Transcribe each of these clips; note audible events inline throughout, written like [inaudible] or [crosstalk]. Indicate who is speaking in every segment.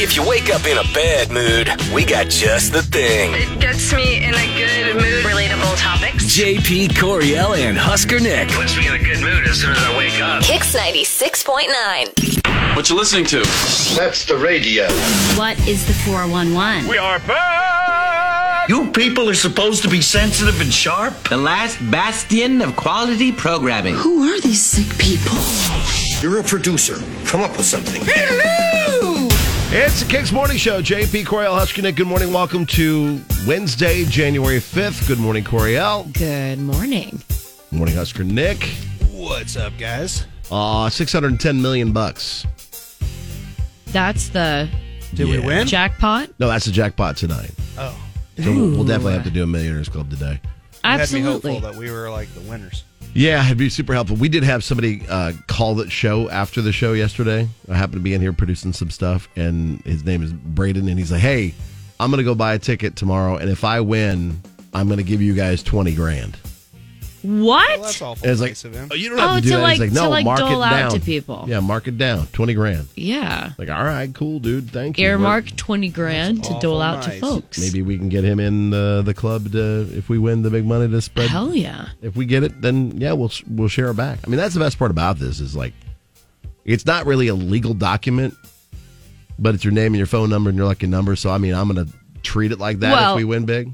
Speaker 1: If you wake up in a bad mood, we got just the thing.
Speaker 2: It gets me in a good mood. Relatable topics.
Speaker 1: JP Coriel and Husker Nick.
Speaker 3: puts me in a good mood as soon as I wake up.
Speaker 4: Kicks 96.9.
Speaker 5: What you listening to?
Speaker 6: That's the radio.
Speaker 7: What is the 411?
Speaker 3: We are back!
Speaker 8: You people are supposed to be sensitive and sharp.
Speaker 9: The last bastion of quality programming.
Speaker 10: Who are these sick people?
Speaker 6: You're a producer. Come up with something.
Speaker 11: It's the Kicks Morning Show. JP Coriel Huskinek. Good morning. Welcome to Wednesday, January 5th. Good morning, Coriel.
Speaker 10: Good morning.
Speaker 11: Good morning, Husker Nick.
Speaker 8: What's up, guys?
Speaker 11: Uh, 610 million bucks.
Speaker 10: That's the
Speaker 8: Did we win?
Speaker 10: jackpot.
Speaker 11: No, that's the jackpot tonight.
Speaker 8: Oh,
Speaker 11: So we'll, we'll definitely have to do a Millionaires Club today.
Speaker 8: Had me
Speaker 10: Absolutely.
Speaker 8: hopeful that we were like the winners.
Speaker 11: Yeah, it'd be super helpful. We did have somebody uh, call the show after the show yesterday. I happened to be in here producing some stuff, and his name is Braden, and he's like, "Hey, I'm gonna go buy a ticket tomorrow, and if I win, I'm gonna give you guys twenty grand."
Speaker 8: Well, that's
Speaker 10: What?
Speaker 8: awful.
Speaker 11: And it's like,
Speaker 8: nice of him.
Speaker 11: "Oh, you don't have
Speaker 10: Oh,
Speaker 11: to do
Speaker 10: to
Speaker 11: that."
Speaker 10: like-
Speaker 11: he's like,
Speaker 10: to
Speaker 11: "No,
Speaker 10: like
Speaker 11: mark it
Speaker 10: dole
Speaker 11: down
Speaker 10: out to people.
Speaker 11: Yeah, mark it down, twenty grand."
Speaker 10: Yeah.
Speaker 11: Like, all right, cool, dude. Thank you.
Speaker 10: Earmark 20 grand to
Speaker 8: awful
Speaker 10: dole out to
Speaker 8: nice.
Speaker 10: folks.
Speaker 11: Maybe we can get him in the the club to, if we win the big money to spread.
Speaker 10: Hell yeah.
Speaker 11: if we get it, then yeah, we'll we'll share it back. I mean, that's the best part about this is like, it's not really a legal document, but it's your name and your phone number and your lucky number. So I mean, I'm gonna treat it like that
Speaker 10: Well-
Speaker 11: if we win big.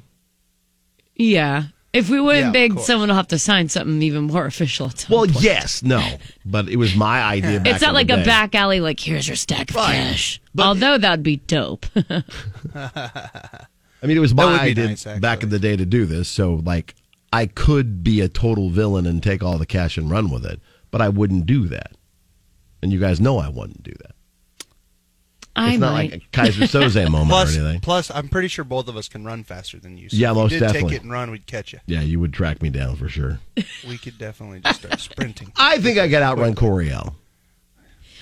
Speaker 10: Yeah. If we win
Speaker 8: Yeah, of
Speaker 10: big,
Speaker 8: course.
Speaker 10: someone will have to sign something even more official. at some
Speaker 11: Well,
Speaker 10: point.
Speaker 11: yes, no, but it was my [laughs] idea. Back
Speaker 10: It's not
Speaker 11: in
Speaker 10: like
Speaker 11: the
Speaker 10: a
Speaker 11: day.
Speaker 10: back alley, like, here's your stack of
Speaker 11: Right.
Speaker 10: cash.
Speaker 11: But-
Speaker 10: Although that'd be dope. [laughs]
Speaker 11: I mean, it was my
Speaker 8: would be
Speaker 11: idea
Speaker 8: nice, actually.
Speaker 11: back in the day to do this. So like, I could be a total villain and take all the cash and run with it, but I wouldn't do that. And you guys know I wouldn't do that.
Speaker 10: I
Speaker 11: it's
Speaker 10: might.
Speaker 11: not like a
Speaker 10: [laughs]
Speaker 11: Kaiser Soze moment
Speaker 8: Plus,
Speaker 11: or anything.
Speaker 8: plus, I'm pretty sure both of us can run faster than you. So
Speaker 11: Yeah,
Speaker 8: if
Speaker 11: most
Speaker 8: you did
Speaker 11: definitely.
Speaker 8: Take it and run, we'd catch you.
Speaker 11: Yeah, you would track me down for sure.
Speaker 8: We could definitely just start sprinting.
Speaker 11: I think I could outrun Coriel.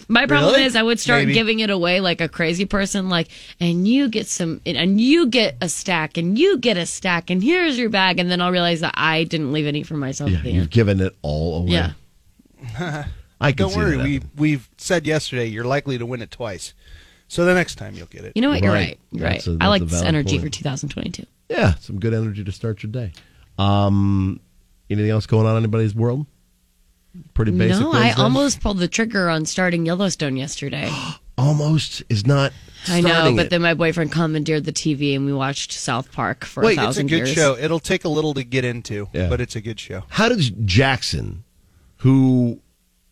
Speaker 10: My problem
Speaker 8: Really?
Speaker 10: is I would start
Speaker 8: Maybe.
Speaker 10: giving it away like a crazy person, like, and you get some, and you get a stack, and you get a stack, and here's your bag, and then I'll realize that I didn't leave any for myself
Speaker 11: Yeah,
Speaker 10: at the
Speaker 11: you've
Speaker 10: end.
Speaker 11: given it all away.
Speaker 10: Yeah.
Speaker 11: [laughs] [laughs] I can
Speaker 8: Don't
Speaker 11: see
Speaker 8: worry,
Speaker 11: that
Speaker 8: we
Speaker 11: happening.
Speaker 8: we've said yesterday you're likely to win it twice, so the next time you'll get it.
Speaker 10: You know what? You're
Speaker 11: Right.
Speaker 10: right. You're right.
Speaker 11: That's a-
Speaker 10: I like
Speaker 11: that's a
Speaker 10: this
Speaker 11: valid
Speaker 10: energy
Speaker 11: point.
Speaker 10: for 2022.
Speaker 11: yeah, some good energy to start your day. Um, anything else going on in anybody's world? Pretty basic.
Speaker 10: No, I
Speaker 11: Wednesday?
Speaker 10: almost pulled the trigger on starting Yellowstone
Speaker 11: [gasps]
Speaker 10: yesterday.
Speaker 11: almost is not.
Speaker 10: I know,
Speaker 11: starting
Speaker 10: but
Speaker 11: it.
Speaker 10: then my boyfriend commandeered the TV and we watched South Park for
Speaker 11: Wait,
Speaker 10: a
Speaker 11: it's
Speaker 8: it's
Speaker 11: a
Speaker 8: a
Speaker 10: thousand
Speaker 8: good
Speaker 10: years.
Speaker 8: show. It'll take a little to get into,
Speaker 11: Yeah.
Speaker 8: but it's a good show.
Speaker 11: how does Jackson, who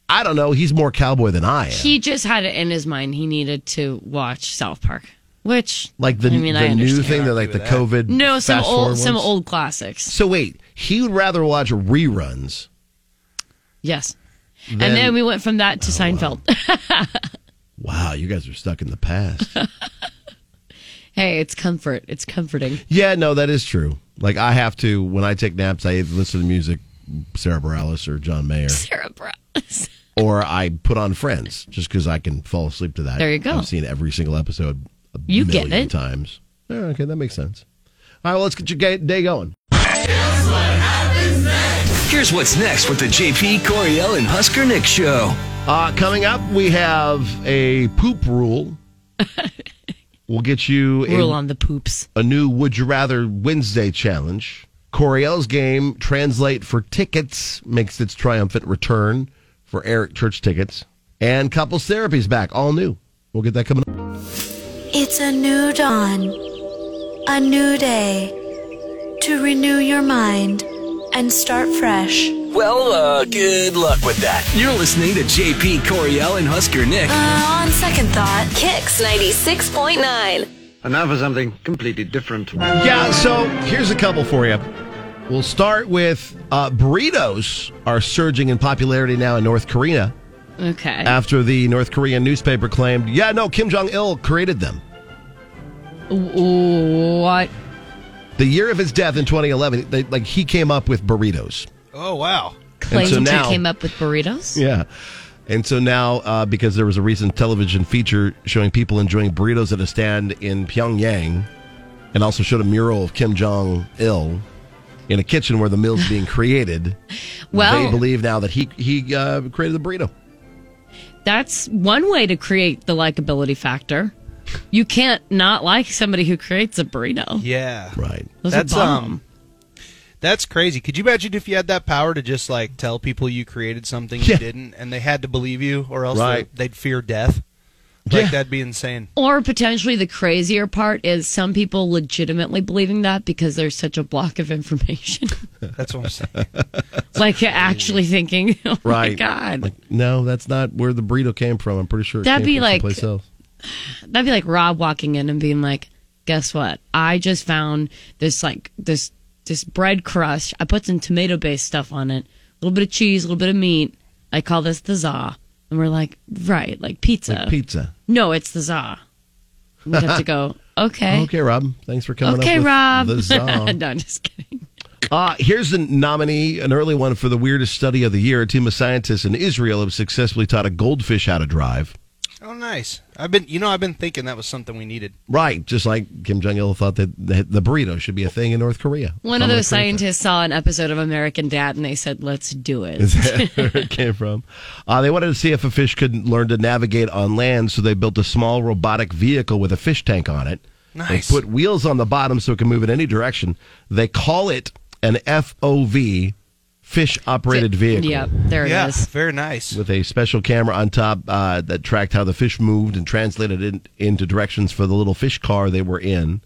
Speaker 11: I don't know, he's more cowboy than I am.
Speaker 10: He just had it in his mind he needed to watch South Park, which
Speaker 11: like the,
Speaker 10: I mean,
Speaker 11: the
Speaker 10: I
Speaker 11: new
Speaker 10: understand.
Speaker 11: thing that like the COVID.
Speaker 10: No, some
Speaker 11: fast forward
Speaker 10: old some
Speaker 11: ones?
Speaker 10: old classics.
Speaker 11: So wait, he would rather watch reruns.
Speaker 10: Yes.
Speaker 11: Then- Oh,
Speaker 10: and then we went from that to Seinfeld. [laughs]
Speaker 11: Wow, you guys are stuck in the past.
Speaker 10: hey, it's comfort. It's comforting.
Speaker 11: Yeah, no, that is true. Like I have to when I take naps, I either listen to music, Sarah Bareilles or John
Speaker 10: [laughs]
Speaker 11: Mayer,
Speaker 10: Sarah Bareilles.
Speaker 11: or I put on Friends just because I can fall asleep to that.
Speaker 10: There you go.
Speaker 11: I've seen every single episode a
Speaker 10: You get
Speaker 11: million
Speaker 10: it.
Speaker 11: times. Yeah, okay, that makes sense. All right, well, let's get your ga- day going.
Speaker 1: Here's what's next with the JP Coriel and Husker Nick show.
Speaker 11: Uh, coming up, we have a
Speaker 10: [laughs]
Speaker 11: poop rule. we'll get you a
Speaker 10: Rule on the poops.
Speaker 11: a new Would You Rather Wednesday challenge. Coriel's game, Translate for Tickets, makes its triumphant return for Eric Church tickets. And Couples Therapy's back, all new. We'll get that coming up.
Speaker 4: It's a new dawn, a new day to renew your mind and start fresh.
Speaker 1: Well, uh, good luck with that. You're listening to JP Coriel and Husker Nick.
Speaker 4: Uh, on second thought, Kicks 96.9.
Speaker 9: And now for something completely different.
Speaker 11: Yeah, so here's a couple for you. We'll start with uh, burritos are surging in popularity now in North Korea
Speaker 10: Okay.
Speaker 11: after the North Korean newspaper claimed, yeah, no, Kim Jong il created them.
Speaker 10: what?
Speaker 11: The year of his death in 2011, they, like he came up with burritos.
Speaker 8: Oh wow!
Speaker 10: Claims
Speaker 11: so
Speaker 10: you
Speaker 11: now-
Speaker 10: came up with burritos?
Speaker 11: Yeah. And so now, uh, because there was a recent television feature showing people enjoying burritos at a stand in Pyongyang, and also showed a mural of Kim Jong Il in a kitchen where the meal's being created.
Speaker 10: Well-
Speaker 11: they believe now that he he uh, created the burrito.
Speaker 10: That's one way to create the likability factor. You can't not like somebody who creates a burrito.
Speaker 8: Yeah.
Speaker 11: Right.
Speaker 10: Those
Speaker 8: That's
Speaker 10: are bomb.
Speaker 8: um that's crazy. Could you imagine if you had that power to just like tell people you created something
Speaker 11: Yeah.
Speaker 8: you didn't and they had to believe you or else
Speaker 11: Right.
Speaker 8: they- they'd fear death? Like
Speaker 11: Yeah.
Speaker 8: that'd be insane.
Speaker 10: Or potentially the crazier part is some people legitimately believing that because there's such a block of information. [laughs]
Speaker 8: That's what I'm saying.
Speaker 10: like you're actually thinking, [laughs] [laughs] oh
Speaker 11: Right.
Speaker 10: my God.
Speaker 11: Like, no, that's not where the burrito came from. I'm pretty sure it
Speaker 10: That'd
Speaker 11: came
Speaker 10: be
Speaker 11: from
Speaker 10: like-
Speaker 11: someplace else.
Speaker 10: That'd be like Rob walking in and being like, guess what? I just found this like this this bread crust. I put some tomato based stuff on it, a little bit of cheese, a little bit of meat. I call this the za. And we're like, right, like pizza.
Speaker 11: Like pizza.
Speaker 10: no, it's the za. We'd have to go, okay.
Speaker 11: Okay, Rob. Thanks for coming
Speaker 10: Eh? Okay,
Speaker 11: up with
Speaker 10: Rob. [laughs]
Speaker 11: the Zong.
Speaker 10: no, I'm just kidding.
Speaker 11: Uh, here's a nominee, an early one for the weirdest study of the year. A team of scientists in Israel have successfully taught a goldfish how to drive.
Speaker 8: Oh nice. I've been you know, I've been thinking that was something we needed.
Speaker 11: Right, just like Kim Jong Il thought that the, the burrito should be a thing in North Korea.
Speaker 10: One of
Speaker 11: I'm
Speaker 10: those
Speaker 11: gonna create
Speaker 10: scientists saw an episode of American Dad and they said, let's do it.
Speaker 11: that. [laughs] Is that where it came from? Uh, they wanted to see if a fish could learn to navigate on land, so they built a small robotic vehicle with a fish tank on it.
Speaker 8: Nice.
Speaker 11: They put wheels on the bottom so it can move in any direction. They call it an FOV, fish operated vehicle.
Speaker 10: Yep, there it
Speaker 8: yeah,
Speaker 10: is.
Speaker 8: very nice.
Speaker 11: with a special camera on top uh, that tracked how the fish moved and translated it into directions for the little fish car they were in.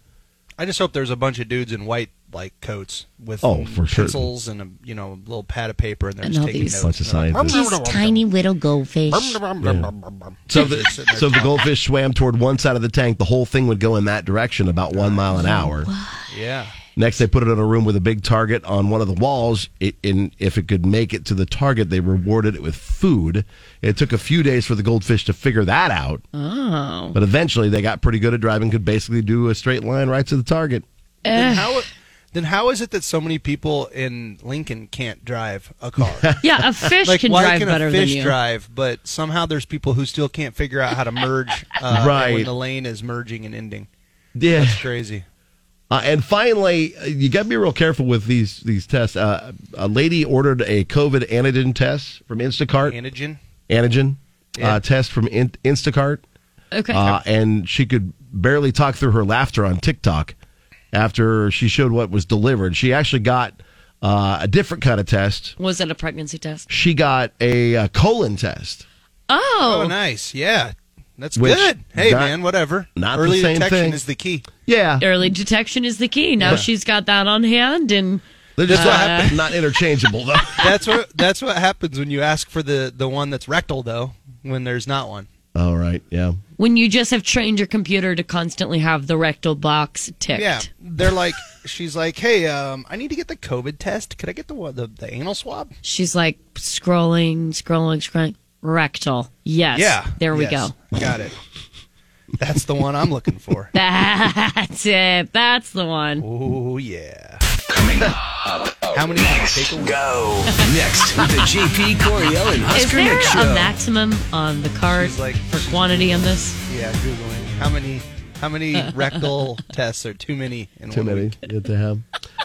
Speaker 8: I just hope there's a bunch of dudes in white like coats with
Speaker 11: Oh, for sure.
Speaker 8: pencils and a you know, a little pad of paper and they're
Speaker 10: And
Speaker 8: just
Speaker 10: all
Speaker 8: taking
Speaker 10: these-
Speaker 8: notes.
Speaker 11: Bunch of
Speaker 8: And they're like,
Speaker 11: scientists.
Speaker 7: Tiny little goldfish.
Speaker 11: So, the, so if the goldfish swam toward one side of the tank, the whole thing would go in that direction about one mile an hour.
Speaker 8: Yeah.
Speaker 11: Next, they put it in a room with a big target on one of the walls. It, in, if it could make it to the target, they rewarded it with food. It took a few days for the goldfish to figure that out,
Speaker 10: Oh.
Speaker 11: but eventually they got pretty good at driving, could basically do a straight line right to the target.
Speaker 8: Then how then how is it that so many people in Lincoln can't drive a
Speaker 11: [laughs]
Speaker 8: car?
Speaker 10: Yeah, a fish
Speaker 8: like
Speaker 10: can
Speaker 8: why
Speaker 10: drive
Speaker 8: can
Speaker 10: better
Speaker 8: a fish
Speaker 10: than you.
Speaker 8: drive, but somehow there's people who still can't figure out how to
Speaker 11: [laughs]
Speaker 8: merge uh,
Speaker 11: Right.
Speaker 8: when the lane is merging and ending.
Speaker 11: Yeah.
Speaker 8: That's crazy.
Speaker 11: Uh, and finally, uh, you got to be real careful with these these tests. Uh, a lady ordered a COVID antigen test from Instacart.
Speaker 8: Antigen.
Speaker 11: antigen
Speaker 8: Yeah.
Speaker 11: uh, test from in- Instacart,
Speaker 10: Okay.
Speaker 11: uh, and she could barely talk through her laughter on TikTok after she showed what was delivered. She actually got uh, a different kind of test.
Speaker 10: was it a pregnancy test?
Speaker 11: She got a, uh colon test.
Speaker 10: Oh,
Speaker 8: Oh, nice. Yeah, that's
Speaker 11: Which
Speaker 8: good. Hey,
Speaker 11: not-
Speaker 8: man, whatever.
Speaker 11: not the
Speaker 8: Early
Speaker 11: same
Speaker 8: detection
Speaker 11: thing.
Speaker 8: is the key.
Speaker 11: Yeah,
Speaker 10: early detection is the key. Now she's got that on hand, and
Speaker 11: they're just [laughs] not, not interchangeable though.
Speaker 8: That's what that's what happens when you ask for the the one that's rectal though, when there's not one.
Speaker 11: All right, yeah.
Speaker 10: when you just have trained your computer to constantly have the rectal box ticked.
Speaker 8: Yeah, they're like, she's like, hey, um, I need to get the COVID test. Could I get the one- the, the anal swab?
Speaker 10: She's like scrolling, scrolling, scrolling. Rectal. Yes. There we
Speaker 8: Yes.
Speaker 10: go. [laughs]
Speaker 8: Got it. That's the one I'm looking for.
Speaker 10: That's it. That's the one.
Speaker 8: Oh yeah. How many take a week?
Speaker 1: Go. Next with the JP Coriel and
Speaker 10: Is
Speaker 1: Husker
Speaker 10: there
Speaker 1: Nick
Speaker 10: a
Speaker 1: show.
Speaker 10: maximum on the card
Speaker 8: uh, She's like-
Speaker 10: for quantity on this?
Speaker 8: Yeah, googling. How many? How many
Speaker 10: [laughs]
Speaker 8: rectal tests are too many in
Speaker 11: Too
Speaker 8: one
Speaker 11: many.
Speaker 8: week?
Speaker 11: Good to have.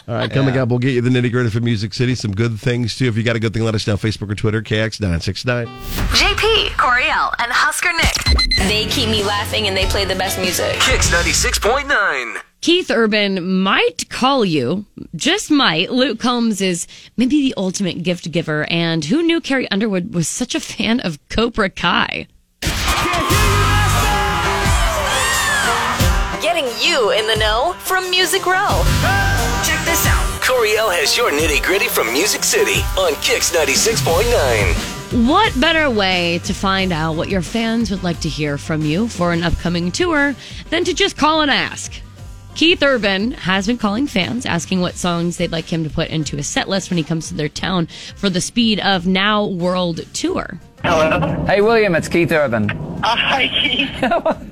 Speaker 11: All right, coming up, we'll get you the nitty gritty for Music City. Some good things, too. If you got a good thing, let us know. Facebook or Twitter, KX969.
Speaker 2: JP, Coriel, and Husker Nick.
Speaker 5: They keep me laughing and they play the best music.
Speaker 1: Kicks ninety six point nine.
Speaker 10: Keith Urban might call you, just might. Luke Combs is maybe the ultimate gift giver, and who knew Carrie Underwood was such a fan of Cobra Kai?
Speaker 5: Getting you in the know from Music Row.
Speaker 2: Check this out.
Speaker 1: Coriel has your nitty gritty from Music City on Kicks ninety six point nine.
Speaker 10: What better way to find out what your fans would like to hear from you for an upcoming tour than to just call and ask? Keith Urban has been calling fans, asking what songs they'd like him to put into his set list when he comes to their town for the Speed of Now World Tour.
Speaker 3: Hey, William, it's Keith Urban. Oh, Hi, Keith.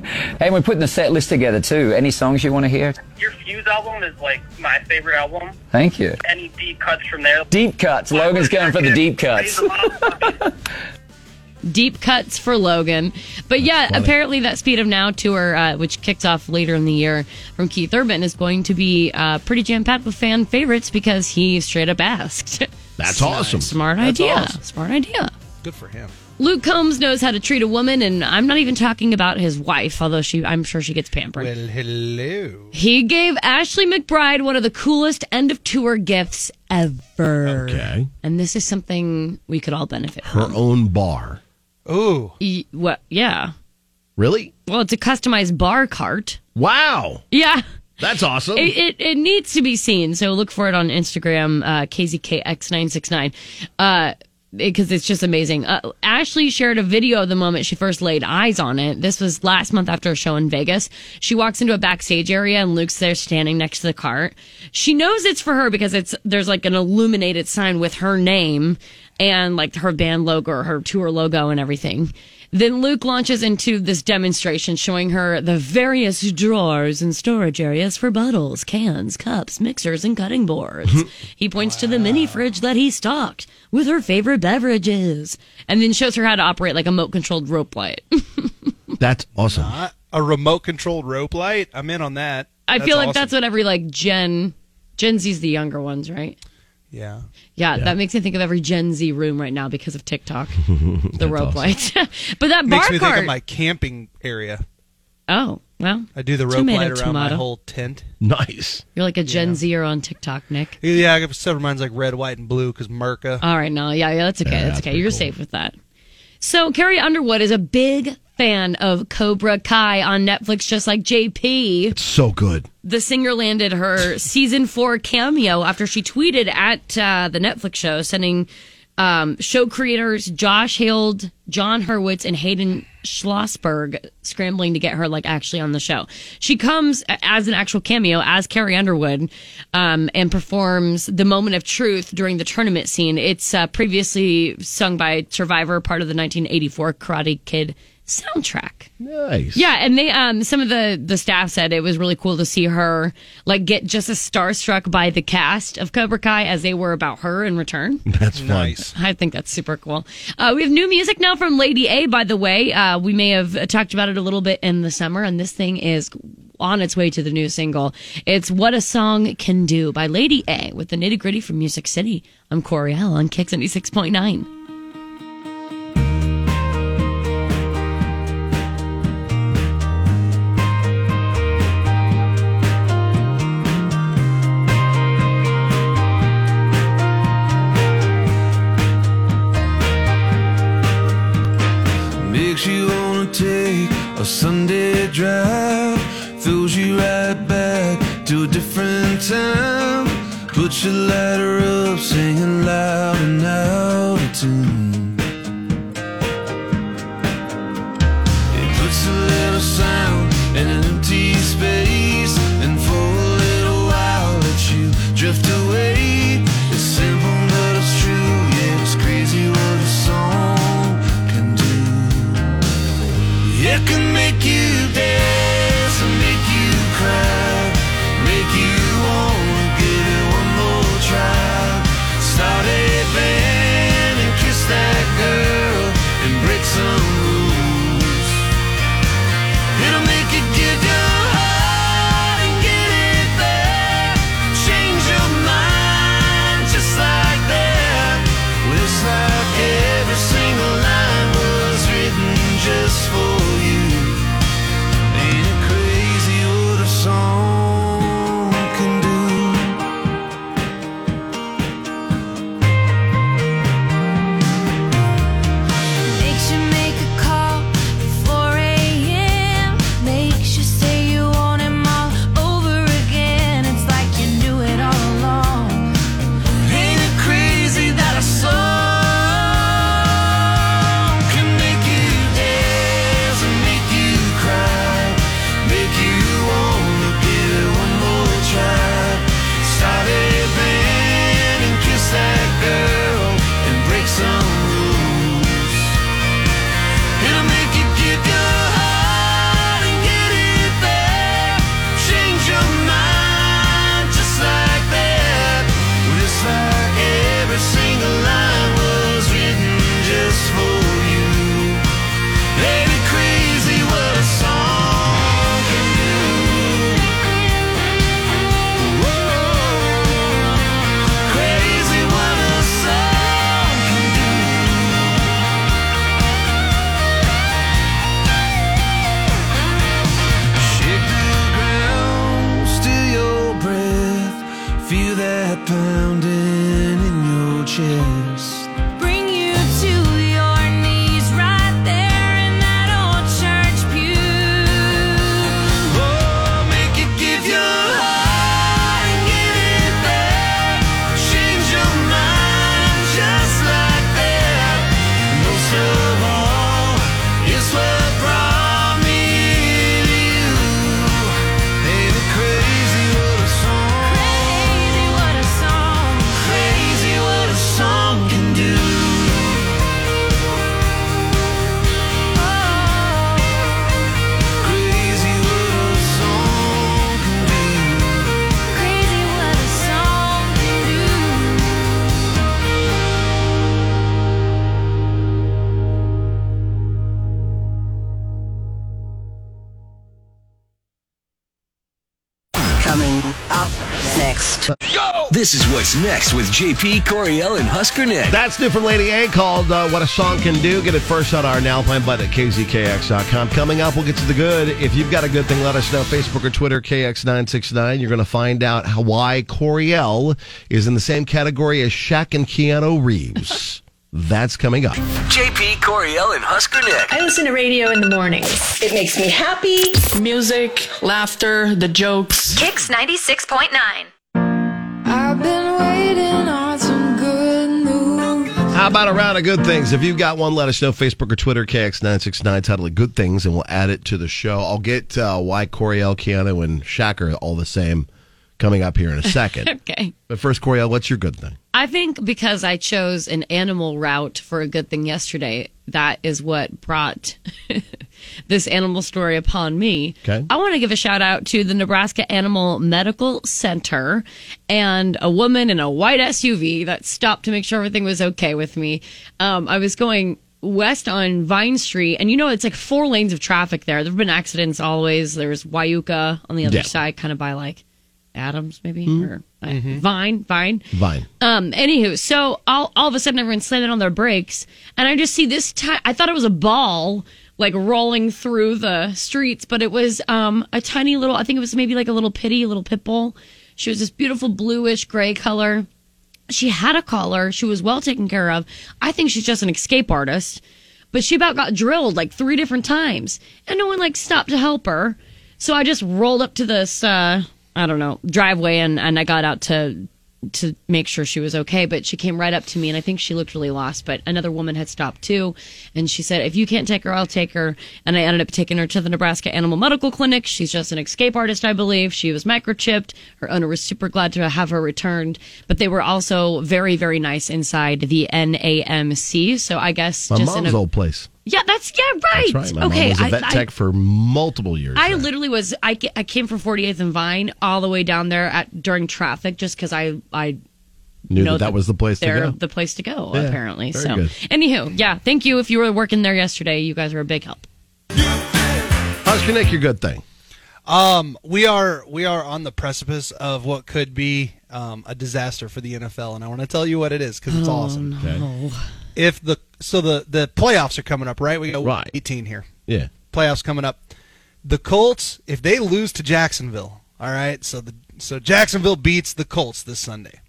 Speaker 3: [laughs] hey, we're putting a set list together, too. Any songs you want to hear? Your Fuse album is, like, my favorite album. Thank you. Any deep cuts from there? Deep cuts. Logan's going for the deep cuts.
Speaker 10: deep cuts for Logan. But yeah, apparently that Speed of Now tour, uh, which kicks off later in the year from Keith Urban, is going to be uh, pretty jam packed with fan favorites because he straight up asked. [laughs]
Speaker 11: That's awesome.
Speaker 10: Smart idea. Smart idea.
Speaker 8: Good for him.
Speaker 10: Luke Combs knows how to treat a woman, and I'm not even talking about his wife, although she, I'm sure she gets pampered.
Speaker 8: Well, hello.
Speaker 10: He gave Ashley McBride one of the coolest end of tour gifts ever.
Speaker 11: Okay.
Speaker 10: And this is something we could all benefit from.
Speaker 11: Her own bar.
Speaker 8: Ooh.
Speaker 10: E- what? Yeah.
Speaker 11: Really?
Speaker 10: Well, it's a customized bar cart.
Speaker 11: Wow.
Speaker 10: Yeah.
Speaker 11: That's awesome.
Speaker 10: It, it, it needs to be seen, so look for it on Instagram, uh, KZKX969, uh, because it's just amazing. Uh, Ashley shared a video the moment she first laid eyes on it. This was last month after a show in Vegas. She walks into a backstage area and Luke's there standing next to the cart. She knows it's for her because it's there's like an illuminated sign with her name and like her band logo or her tour logo and everything. Then Luke launches into this demonstration showing her the various drawers and storage areas for bottles, cans, cups, mixers, and cutting boards. [laughs] he points to the mini fridge that he stocked with her favorite beverages and then shows her how to operate like a moat controlled rope light. [laughs]
Speaker 11: That's awesome.
Speaker 8: Not a remote controlled rope light? I'm in on that.
Speaker 10: I feel like
Speaker 8: awesome.
Speaker 10: that's what every like Gen Gen Z's the younger ones, right?
Speaker 8: Yeah.
Speaker 10: Yeah, that makes me think of every Gen Z room right now because of [laughs] TikTok, the rope lights. [laughs] but that bar
Speaker 8: Makes me
Speaker 10: cart.
Speaker 8: think of my camping area.
Speaker 10: oh well,
Speaker 8: I do the rope
Speaker 10: tomato,
Speaker 8: light around my
Speaker 10: tomato.
Speaker 8: whole tent.
Speaker 11: Nice.
Speaker 10: You're like a Gen Zer on TikTok, Nick.
Speaker 8: Yeah, I got several mine's like red, white, and blue because Merca.
Speaker 10: All right, no, yeah, yeah, that's okay,
Speaker 8: Yeah,
Speaker 10: that's
Speaker 8: that's
Speaker 10: okay.
Speaker 8: pretty
Speaker 10: You're
Speaker 8: cool.
Speaker 10: safe with that. So Carrie Underwood is a big fan of Cobra Kai on Netflix, just like JP.
Speaker 11: So good.
Speaker 10: the singer landed her season four cameo after she tweeted at uh, the Netflix show, sending um, show creators Josh Hild, John Hurwitz, and Hayden Schlossberg scrambling to get her like actually on the show. She comes a- as an actual cameo as Carrie Underwood um, and performs the moment of truth during the tournament scene. It's uh, previously sung by Survivor, part of the 1984 Karate Kid soundtrack.
Speaker 11: Nice.
Speaker 10: Yeah, and they um some of the the staff said it was really cool to see her like get just as starstruck by the cast of Cobra Kai as they were about her in return.
Speaker 11: That's fun.
Speaker 10: I think that's super cool. Uh, we have new music now from Lady A. By the way, uh, we may have talked about it a little bit in the summer, and this thing is on its way to the new single. It's "What a Song Can Do" by Lady A. With the nitty gritty from Music City. I'm Coriel on Kick ninety six point nine.
Speaker 12: Makes you wanna take a Sunday drive, throws you right back to a different time. Put your ladder up, singing loud and out of tune. It puts a little sound in an empty space, and for a little while lets you drift away. It's simple, but it's true. Yeah, it's crazy what a song can do. It can make you dance and make you cry, make you wanna give it one more try. Start a band and kiss that girl and break some rules. It'll make you give your heart and get it back, change your mind.
Speaker 1: Coming up next. This is what's next with JP Coriel and Husker Nick.
Speaker 11: That's new from Lady A called uh, What a Song Can Do. Get it first on our Now Playing button at KZKX.com. Coming up, we'll get to the good. If you've got a good thing, let us know. Facebook or Twitter, KX969. You're going to find out how, why Coriel is in the same category as Shaq and Keanu Reeves. [laughs] That's coming up.
Speaker 1: JP Coriel and Husker Nick.
Speaker 13: I listen to radio in the mornings. It makes me happy. Music, laughter, the jokes.
Speaker 2: Kicks 96.9.
Speaker 14: I've been waiting on some good news.
Speaker 11: How about a round of good things? If you've got one, let us know. Facebook or Twitter, KX969, title it Good Things, and we'll add it to the show. I'll get uh, why Coriel, Keanu, and Shaq are all the same coming up here in a
Speaker 10: [laughs]
Speaker 11: second.
Speaker 10: okay.
Speaker 11: But first, Coriel, what's your good thing?
Speaker 10: I think because I chose an animal route for a good thing yesterday, that is what brought [laughs] this animal story upon me.
Speaker 11: Okay.
Speaker 10: I want to give a shout out to the Nebraska Animal Medical Center and a woman in a white SUV that stopped to make sure everything was okay with me. Um, I was going west on Vine Street, and you know, it's like four lanes of traffic there. There have been accidents always. There's Wyuka on the other
Speaker 11: Yeah.
Speaker 10: side, kind of by like Adams, maybe,
Speaker 11: Mhm.
Speaker 10: or uh, Vine, Vine.
Speaker 11: Vine.
Speaker 10: Um. Anywho, so all all of a sudden everyone's slamming on their brakes, and I just see this. Ti- I thought it was a ball like rolling through the streets, but it was um a tiny little. I think it was maybe like a little pitty, little pit bull. She was this beautiful bluish gray color. She had a collar. She was well taken care of. I think she's just an escape artist, but she about got drilled like three different times, and no one like stopped to help her. So I just rolled up to this uh I don't know driveway and and I got out to to make sure she was okay, but she came right up to me and I think she looked really lost, but another woman had stopped too and she said, "If you can't take her, I'll take her." And I ended up taking her to the Nebraska Animal Medical Clinic. She's just an escape artist, I believe. She was microchipped. Her owner was super glad to have her returned, but they were also very very nice inside the NAMC. So I guess
Speaker 11: My
Speaker 10: just in
Speaker 11: mom's
Speaker 10: a
Speaker 11: old place.
Speaker 10: Yeah, that's yeah, right.
Speaker 11: That's right. My
Speaker 10: okay,
Speaker 11: mom was a vet
Speaker 10: I,
Speaker 11: tech for multiple years.
Speaker 10: I literally was. I, ca- I came from 48th and Vine all the way down there at during traffic just because I I
Speaker 11: Knew that that was the place to
Speaker 10: they're
Speaker 11: go.
Speaker 10: The place to go
Speaker 11: Yeah,
Speaker 10: apparently.
Speaker 11: very
Speaker 10: so
Speaker 11: good.
Speaker 10: anywho, yeah. Thank you. If you were working there yesterday, you guys were a big help.
Speaker 11: How's your Nick your good thing?
Speaker 8: Um, we are we are on the precipice of what could be um, a disaster for the NFL, and I want to tell you what it is because it's
Speaker 10: Oh,
Speaker 8: awesome.
Speaker 10: no.
Speaker 8: If the so the the playoffs are coming up, right? We got
Speaker 11: Right.
Speaker 8: 18 here.
Speaker 11: Yeah.
Speaker 8: Playoffs coming up. The Colts, if they lose to Jacksonville, all right. So the so Jacksonville beats the Colts this Sunday.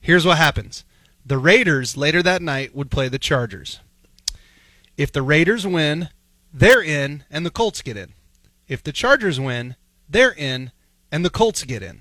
Speaker 8: Here's what happens: the Raiders later that night would play the Chargers. If the Raiders win, they're in and the Colts get in. If the Chargers win, they're in and the Colts get in.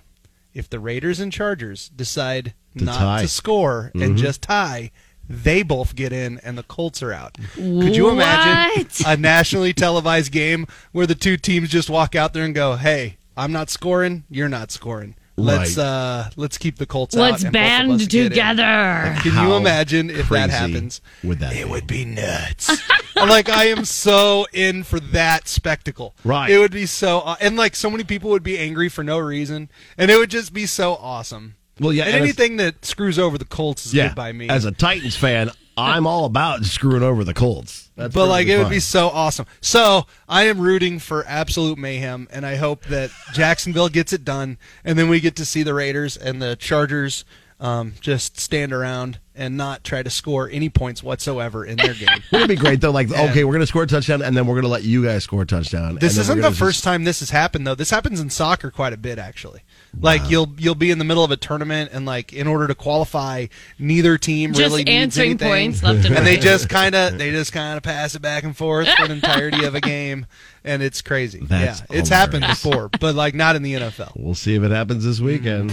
Speaker 8: If the Raiders and Chargers decide
Speaker 11: To
Speaker 8: not
Speaker 11: tie.
Speaker 8: to score and
Speaker 11: Mhm.
Speaker 8: just tie, they both get in and the Colts are out. Could you imagine
Speaker 10: What?
Speaker 8: a nationally televised game where the two teams just walk out there and go, "Hey, I'm not scoring, you're not scoring. Let's
Speaker 11: Right.
Speaker 8: uh let's keep the Colts out." and
Speaker 10: Let's
Speaker 8: both of
Speaker 10: band
Speaker 8: us get in."
Speaker 10: together.
Speaker 8: [laughs] Like, Can you
Speaker 11: How
Speaker 8: imagine if that
Speaker 11: crazy
Speaker 8: happens?
Speaker 11: Would that it
Speaker 8: would be nuts. [laughs] I'm like I am so in for that spectacle.
Speaker 11: Right.
Speaker 8: It would be so, aw- and like so many people would be angry for no reason, and it would just be so awesome.
Speaker 11: Well, yeah,
Speaker 8: And,
Speaker 11: and if-
Speaker 8: anything that screws over the Colts is
Speaker 11: yeah.
Speaker 8: good by me.
Speaker 11: As a Titans fan, I'm all about screwing over the Colts. That's
Speaker 8: but like it
Speaker 11: perfectly
Speaker 8: would be
Speaker 11: fine.
Speaker 8: so awesome. So I am rooting for absolute mayhem, and I hope
Speaker 11: [laughs]
Speaker 8: that Jacksonville gets it done, and then we get to see the Raiders and the Chargers um, just stand around and not try to score any points whatsoever in
Speaker 11: [laughs]
Speaker 8: their game.
Speaker 11: Wouldn't it be great though? Like,
Speaker 8: [laughs] Yeah.
Speaker 11: okay, we're gonna score a touchdown, and then we're gonna let you guys score a
Speaker 8: This
Speaker 11: touchdown. and then
Speaker 8: isn't
Speaker 11: we're
Speaker 8: the
Speaker 11: gonna
Speaker 8: first time this has happened though. This happens in soccer quite a bit actually. Like you'll you'll be in the middle of a tournament and like in order to qualify, neither team
Speaker 10: Just
Speaker 8: really needs
Speaker 10: answering
Speaker 8: anything.
Speaker 10: points left and
Speaker 8: they
Speaker 10: right.
Speaker 8: just kind of they just kind of pass it back and forth for the entirety of a game, and it's crazy.
Speaker 11: That's
Speaker 8: yeah, it's happened before, but like not in the NFL.
Speaker 11: We'll see if it happens this weekend.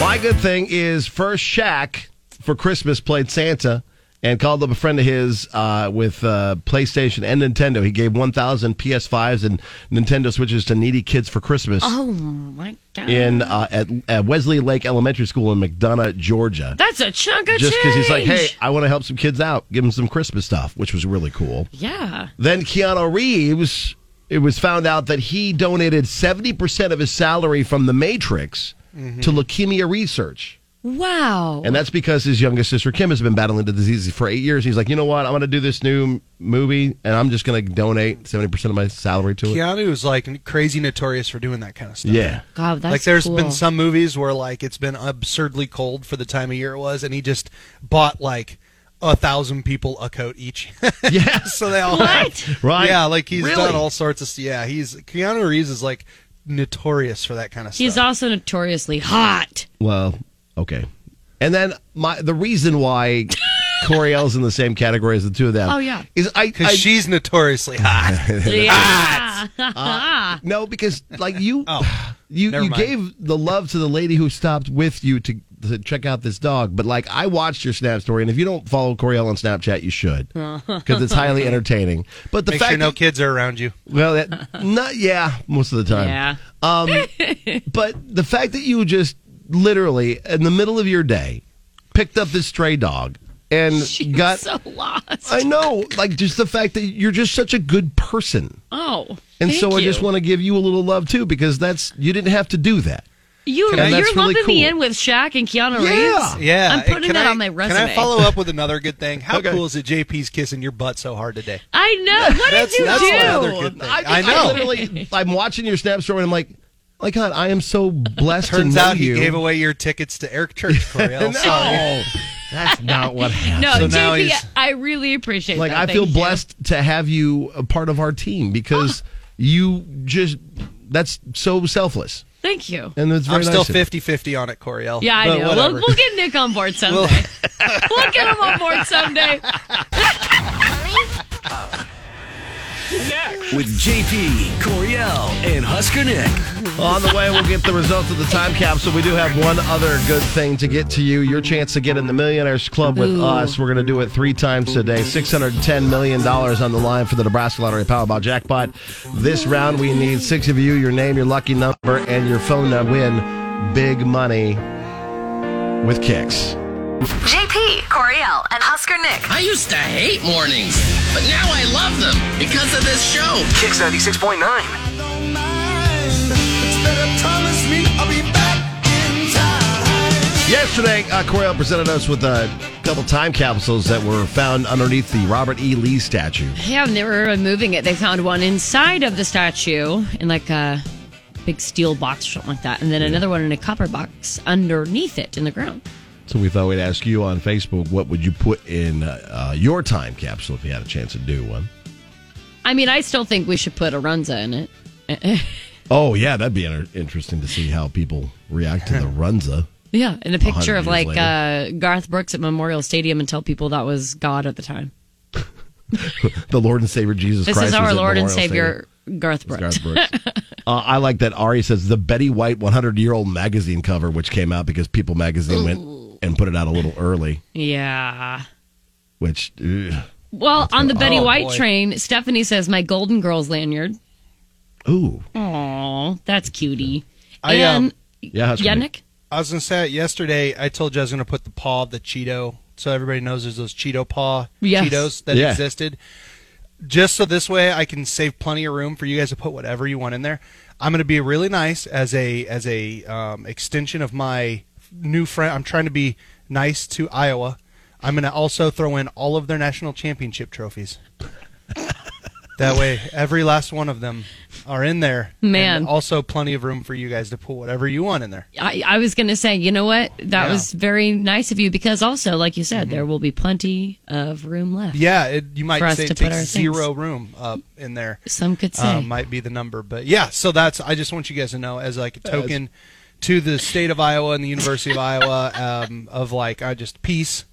Speaker 11: My good thing is first Shaq for Christmas played Santa and called up a friend of his uh, with uh, PlayStation and Nintendo. He gave 1,000 PS5s and Nintendo Switches to needy kids for Christmas
Speaker 10: Oh my god.
Speaker 11: in uh, at, at Wesley Lake Elementary School in McDonough, Georgia.
Speaker 10: That's a chunk of
Speaker 11: Just
Speaker 10: change.
Speaker 11: he's like, hey, I want to help some kids out, give them some Christmas stuff, which was really cool.
Speaker 10: Yeah.
Speaker 11: Then Keanu Reeves, it was found out that he
Speaker 8: Mm-hmm.
Speaker 11: donated 70% of his salary from The Matrix to leukemia research.
Speaker 10: Wow.
Speaker 11: And that's because his youngest sister Kim has been battling the disease for eight years. He's like, you know what? I'm going to do this new m- movie, and I'm just going to donate seventy percent of my salary to it.
Speaker 8: Keanu is like crazy notorious for doing that kind of stuff.
Speaker 11: Yeah.
Speaker 10: God, that's
Speaker 8: like there's
Speaker 10: cool.
Speaker 8: been some movies where like it's been absurdly cold for the time of year it was, and he just bought like a thousand people a coat each. [laughs]
Speaker 11: yeah.
Speaker 8: So they all
Speaker 11: Right.
Speaker 8: Yeah, like he's
Speaker 11: Really?
Speaker 8: done all sorts of st- yeah. He's Keanu Reeves is like notorious for that kind of stuff.
Speaker 10: He's also notoriously
Speaker 11: [laughs]
Speaker 10: hot.
Speaker 11: Well, okay. And then my the reason why Coriel's in the same category as the two of them.
Speaker 10: Oh, yeah.
Speaker 11: Is I
Speaker 8: because she's
Speaker 11: [laughs]
Speaker 8: notoriously hot.
Speaker 10: Yeah.
Speaker 11: no, because like
Speaker 8: [laughs]
Speaker 11: you, you,
Speaker 8: Oh, never
Speaker 11: you
Speaker 8: mind.
Speaker 11: gave the love to the lady who stopped with you to, to check out this dog. But like, I watched your Snap story, and if you don't follow Coriel on Snapchat,
Speaker 10: [laughs]
Speaker 11: you should because it's highly entertaining. But the
Speaker 8: Make
Speaker 11: fact
Speaker 8: sure no
Speaker 11: that-
Speaker 8: kids are around you.
Speaker 11: well, that, not yeah, most of the time.
Speaker 8: Yeah.
Speaker 11: Um, but the fact that you just literally in the middle of your day picked up this stray dog and
Speaker 10: [laughs]
Speaker 11: got
Speaker 10: so lost.
Speaker 11: I know, like just the fact that you're just such a good person.
Speaker 10: Oh.
Speaker 11: And so
Speaker 10: thank
Speaker 11: I just
Speaker 10: you.
Speaker 11: want to give you a little love too because that's you didn't have to do that.
Speaker 10: You,
Speaker 11: Can
Speaker 10: you're
Speaker 11: I- that's
Speaker 10: lumping
Speaker 11: really
Speaker 10: me
Speaker 11: cool.
Speaker 10: in with Shaq and Keanu Reeves.
Speaker 8: Yeah.
Speaker 10: I'm putting
Speaker 8: Can
Speaker 10: that
Speaker 8: I-
Speaker 10: on my resume.
Speaker 8: Can I follow up with another good thing? How cool is it JP's kissing your butt so hard today?
Speaker 10: I know. What
Speaker 8: That's-
Speaker 10: did you
Speaker 8: that's
Speaker 10: do?
Speaker 8: another good thing.
Speaker 11: I,
Speaker 8: I know.
Speaker 11: [laughs] literally I'm watching your snap story and I'm like, "Oh my God, I am so blessed
Speaker 8: Turns
Speaker 11: to know
Speaker 8: out he
Speaker 11: you.
Speaker 8: gave away your tickets to Eric Church, Oh, Coriel.
Speaker 11: [laughs] no,
Speaker 8: Sorry.
Speaker 11: that's not [laughs] what happened.
Speaker 10: No,
Speaker 11: So now
Speaker 10: JP,
Speaker 11: he's-
Speaker 10: I really appreciate
Speaker 11: like
Speaker 10: that.
Speaker 11: I feel
Speaker 10: Thank you.
Speaker 11: blessed to have you a part of our team because you just that's so selfless.
Speaker 10: Thank you.
Speaker 11: And it's very
Speaker 8: I'm still
Speaker 11: nice of you.
Speaker 8: 50 50 on it, Coriel.
Speaker 10: Yeah, I
Speaker 8: but
Speaker 10: know. We'll,
Speaker 8: Whatever.
Speaker 10: we'll get Nick on board someday.
Speaker 8: We'll-
Speaker 10: [laughs] we'll get him on board someday.
Speaker 1: With JP, Coriel, and Husker Nick.
Speaker 11: On the way, we'll get the results of the time capsule. We do have one other good thing to get to you. Your chance to get in the Millionaires Club with
Speaker 15: Ooh.
Speaker 11: us. We're going to do it three times today. $610 million on the line for the Nebraska Lottery Powerball Jackpot. This round, we need six of you your name, your lucky number, and your phone to win big money with kicks.
Speaker 2: JP, Coriel, and Husker Nick.
Speaker 16: I used to hate mornings, but now I love them because of this show. Kicks 96.9.
Speaker 11: Yesterday, uh, Coriel presented us with a couple time capsules that were found underneath the Robert E. Lee statue.
Speaker 10: Yeah, and they were removing it. They found one inside of the statue in like a big steel box or something like that, and then another one in a copper box underneath it in the ground.
Speaker 11: So we thought we'd ask you on Facebook, what would you put in uh, uh, your time capsule if you had a chance to do one?
Speaker 10: I mean, I still think we should put a runza in it.
Speaker 11: Oh yeah, that'd be inter- interesting to see how people react to the Runza.
Speaker 10: yeah, and a picture
Speaker 11: 100
Speaker 10: of
Speaker 11: years
Speaker 10: like uh, Garth Brooks at Memorial Stadium and tell people that was God at the time.
Speaker 11: the Lord and Savior Jesus
Speaker 10: this
Speaker 11: Christ.
Speaker 10: is
Speaker 11: was
Speaker 10: our
Speaker 11: at
Speaker 10: Lord and
Speaker 11: Memorial
Speaker 10: Savior Garth
Speaker 11: Stadium.
Speaker 10: Brooks.
Speaker 11: It's Garth
Speaker 10: [laughs]
Speaker 11: Brooks. uh, I like that Ari says the Betty White 100 year old magazine cover, which came out because People magazine went and put it out a little early,
Speaker 10: yeah.
Speaker 11: which. ugh.
Speaker 10: Well, on the
Speaker 11: go-
Speaker 10: Betty
Speaker 11: oh,
Speaker 10: White
Speaker 11: boy.
Speaker 10: train, Stephanie says my Golden Girls lanyard.
Speaker 11: Ooh.
Speaker 10: Aw, that's cutie.
Speaker 8: I,
Speaker 10: and
Speaker 8: um, Yeah, that's
Speaker 10: yeah,
Speaker 8: great.
Speaker 10: Nick?
Speaker 8: I was going to say yesterday, I told you I was going to put the paw of the Cheeto. So everybody knows there's those Cheeto paw
Speaker 10: Yes.
Speaker 8: Cheetos that
Speaker 11: Yeah.
Speaker 8: existed. Just so this way I can save plenty of room for you guys to put whatever you want in there. I'm going to be really nice as a as a um, extension of my new friend. I'm trying to be nice to Iowa. I'm going to also throw in all of their national championship trophies. that way, every last one of them are in there. and
Speaker 10: Man.
Speaker 8: also, plenty of room for you guys to put whatever you want in there.
Speaker 10: I, I was going to say, you know what? That
Speaker 8: Yeah. Mm-hmm.
Speaker 10: was very nice of you because also, like you said, there will be plenty of room left.
Speaker 8: Yeah, it, you might
Speaker 10: for us
Speaker 8: say
Speaker 10: to
Speaker 8: it
Speaker 10: put
Speaker 8: takes
Speaker 10: our
Speaker 8: zero
Speaker 10: things.
Speaker 8: room up in there.
Speaker 10: Some could
Speaker 8: Uh,
Speaker 10: say.
Speaker 8: might be the number, but yeah. So that's I just want you guys to know as like a
Speaker 10: That's-
Speaker 8: token to the state of Iowa and the University of Iowa um, of like I just peace.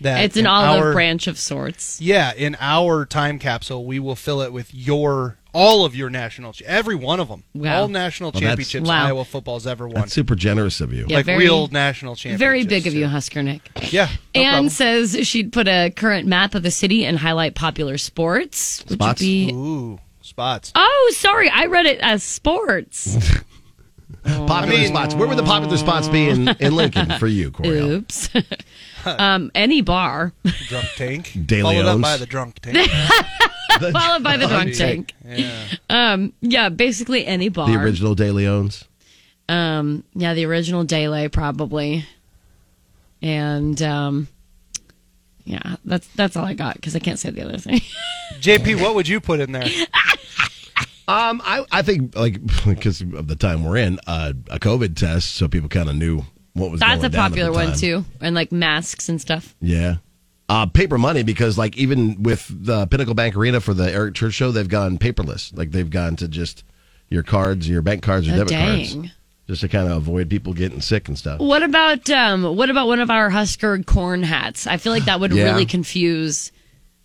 Speaker 8: That
Speaker 10: It's an
Speaker 8: in
Speaker 10: olive
Speaker 8: our-
Speaker 10: branch of sorts.
Speaker 8: Yeah, in our time capsule, we will fill it with your all of your national, ch- every one of them,
Speaker 10: Wow.
Speaker 8: all national
Speaker 11: Well, that's-
Speaker 8: championships
Speaker 10: Wow.
Speaker 8: Iowa football's ever won,
Speaker 11: That's super generous of you.
Speaker 10: Yeah,
Speaker 8: like
Speaker 10: very-
Speaker 8: real national championships.
Speaker 10: Very big of you, Husker Nick.
Speaker 8: Yeah, no
Speaker 10: Anne
Speaker 8: problem.
Speaker 10: says she'd put a current map of the city and highlight popular sports. Which
Speaker 8: Spots?
Speaker 10: Would be...
Speaker 8: Ooh, spots.
Speaker 10: Oh, sorry. I read it as sports.
Speaker 11: Popular spots. Where would the popular spots be in, in Lincoln for you, Coriel?
Speaker 10: Oops. [laughs] um, any bar. [laughs]
Speaker 8: drunk tank,
Speaker 11: Daily
Speaker 8: followed up
Speaker 11: O's.
Speaker 8: by the drunk tank,
Speaker 10: Followed by
Speaker 11: [laughs]
Speaker 10: the drunk
Speaker 11: Drunk
Speaker 10: tank.
Speaker 11: tank. Yeah.
Speaker 10: Um, yeah, basically any bar.
Speaker 11: The original De Leon's.
Speaker 10: Um, yeah, the original Daylight probably. And um, yeah, that's that's all I got because I can't say the other thing.
Speaker 8: JP, what would you put in there?
Speaker 11: Um, I, I think like [laughs] because of the time we're in, uh, a COVID test, so people kind of knew what was.
Speaker 10: that's
Speaker 11: going
Speaker 10: a
Speaker 11: down at
Speaker 10: popular
Speaker 11: the
Speaker 10: one
Speaker 11: time.
Speaker 10: too, and like masks and stuff.
Speaker 11: Yeah. Uh, paper money because like even with the Pinnacle Bank Arena for the Eric Church show, they've gone paperless. Like they've gone to just your cards, your bank cards, your
Speaker 10: Oh,
Speaker 11: debit
Speaker 10: dang.
Speaker 11: cards, just to kind of avoid people getting sick and stuff.
Speaker 10: What about um? What about one of our Husker corn hats? I feel like that would
Speaker 11: Yeah.
Speaker 10: really confuse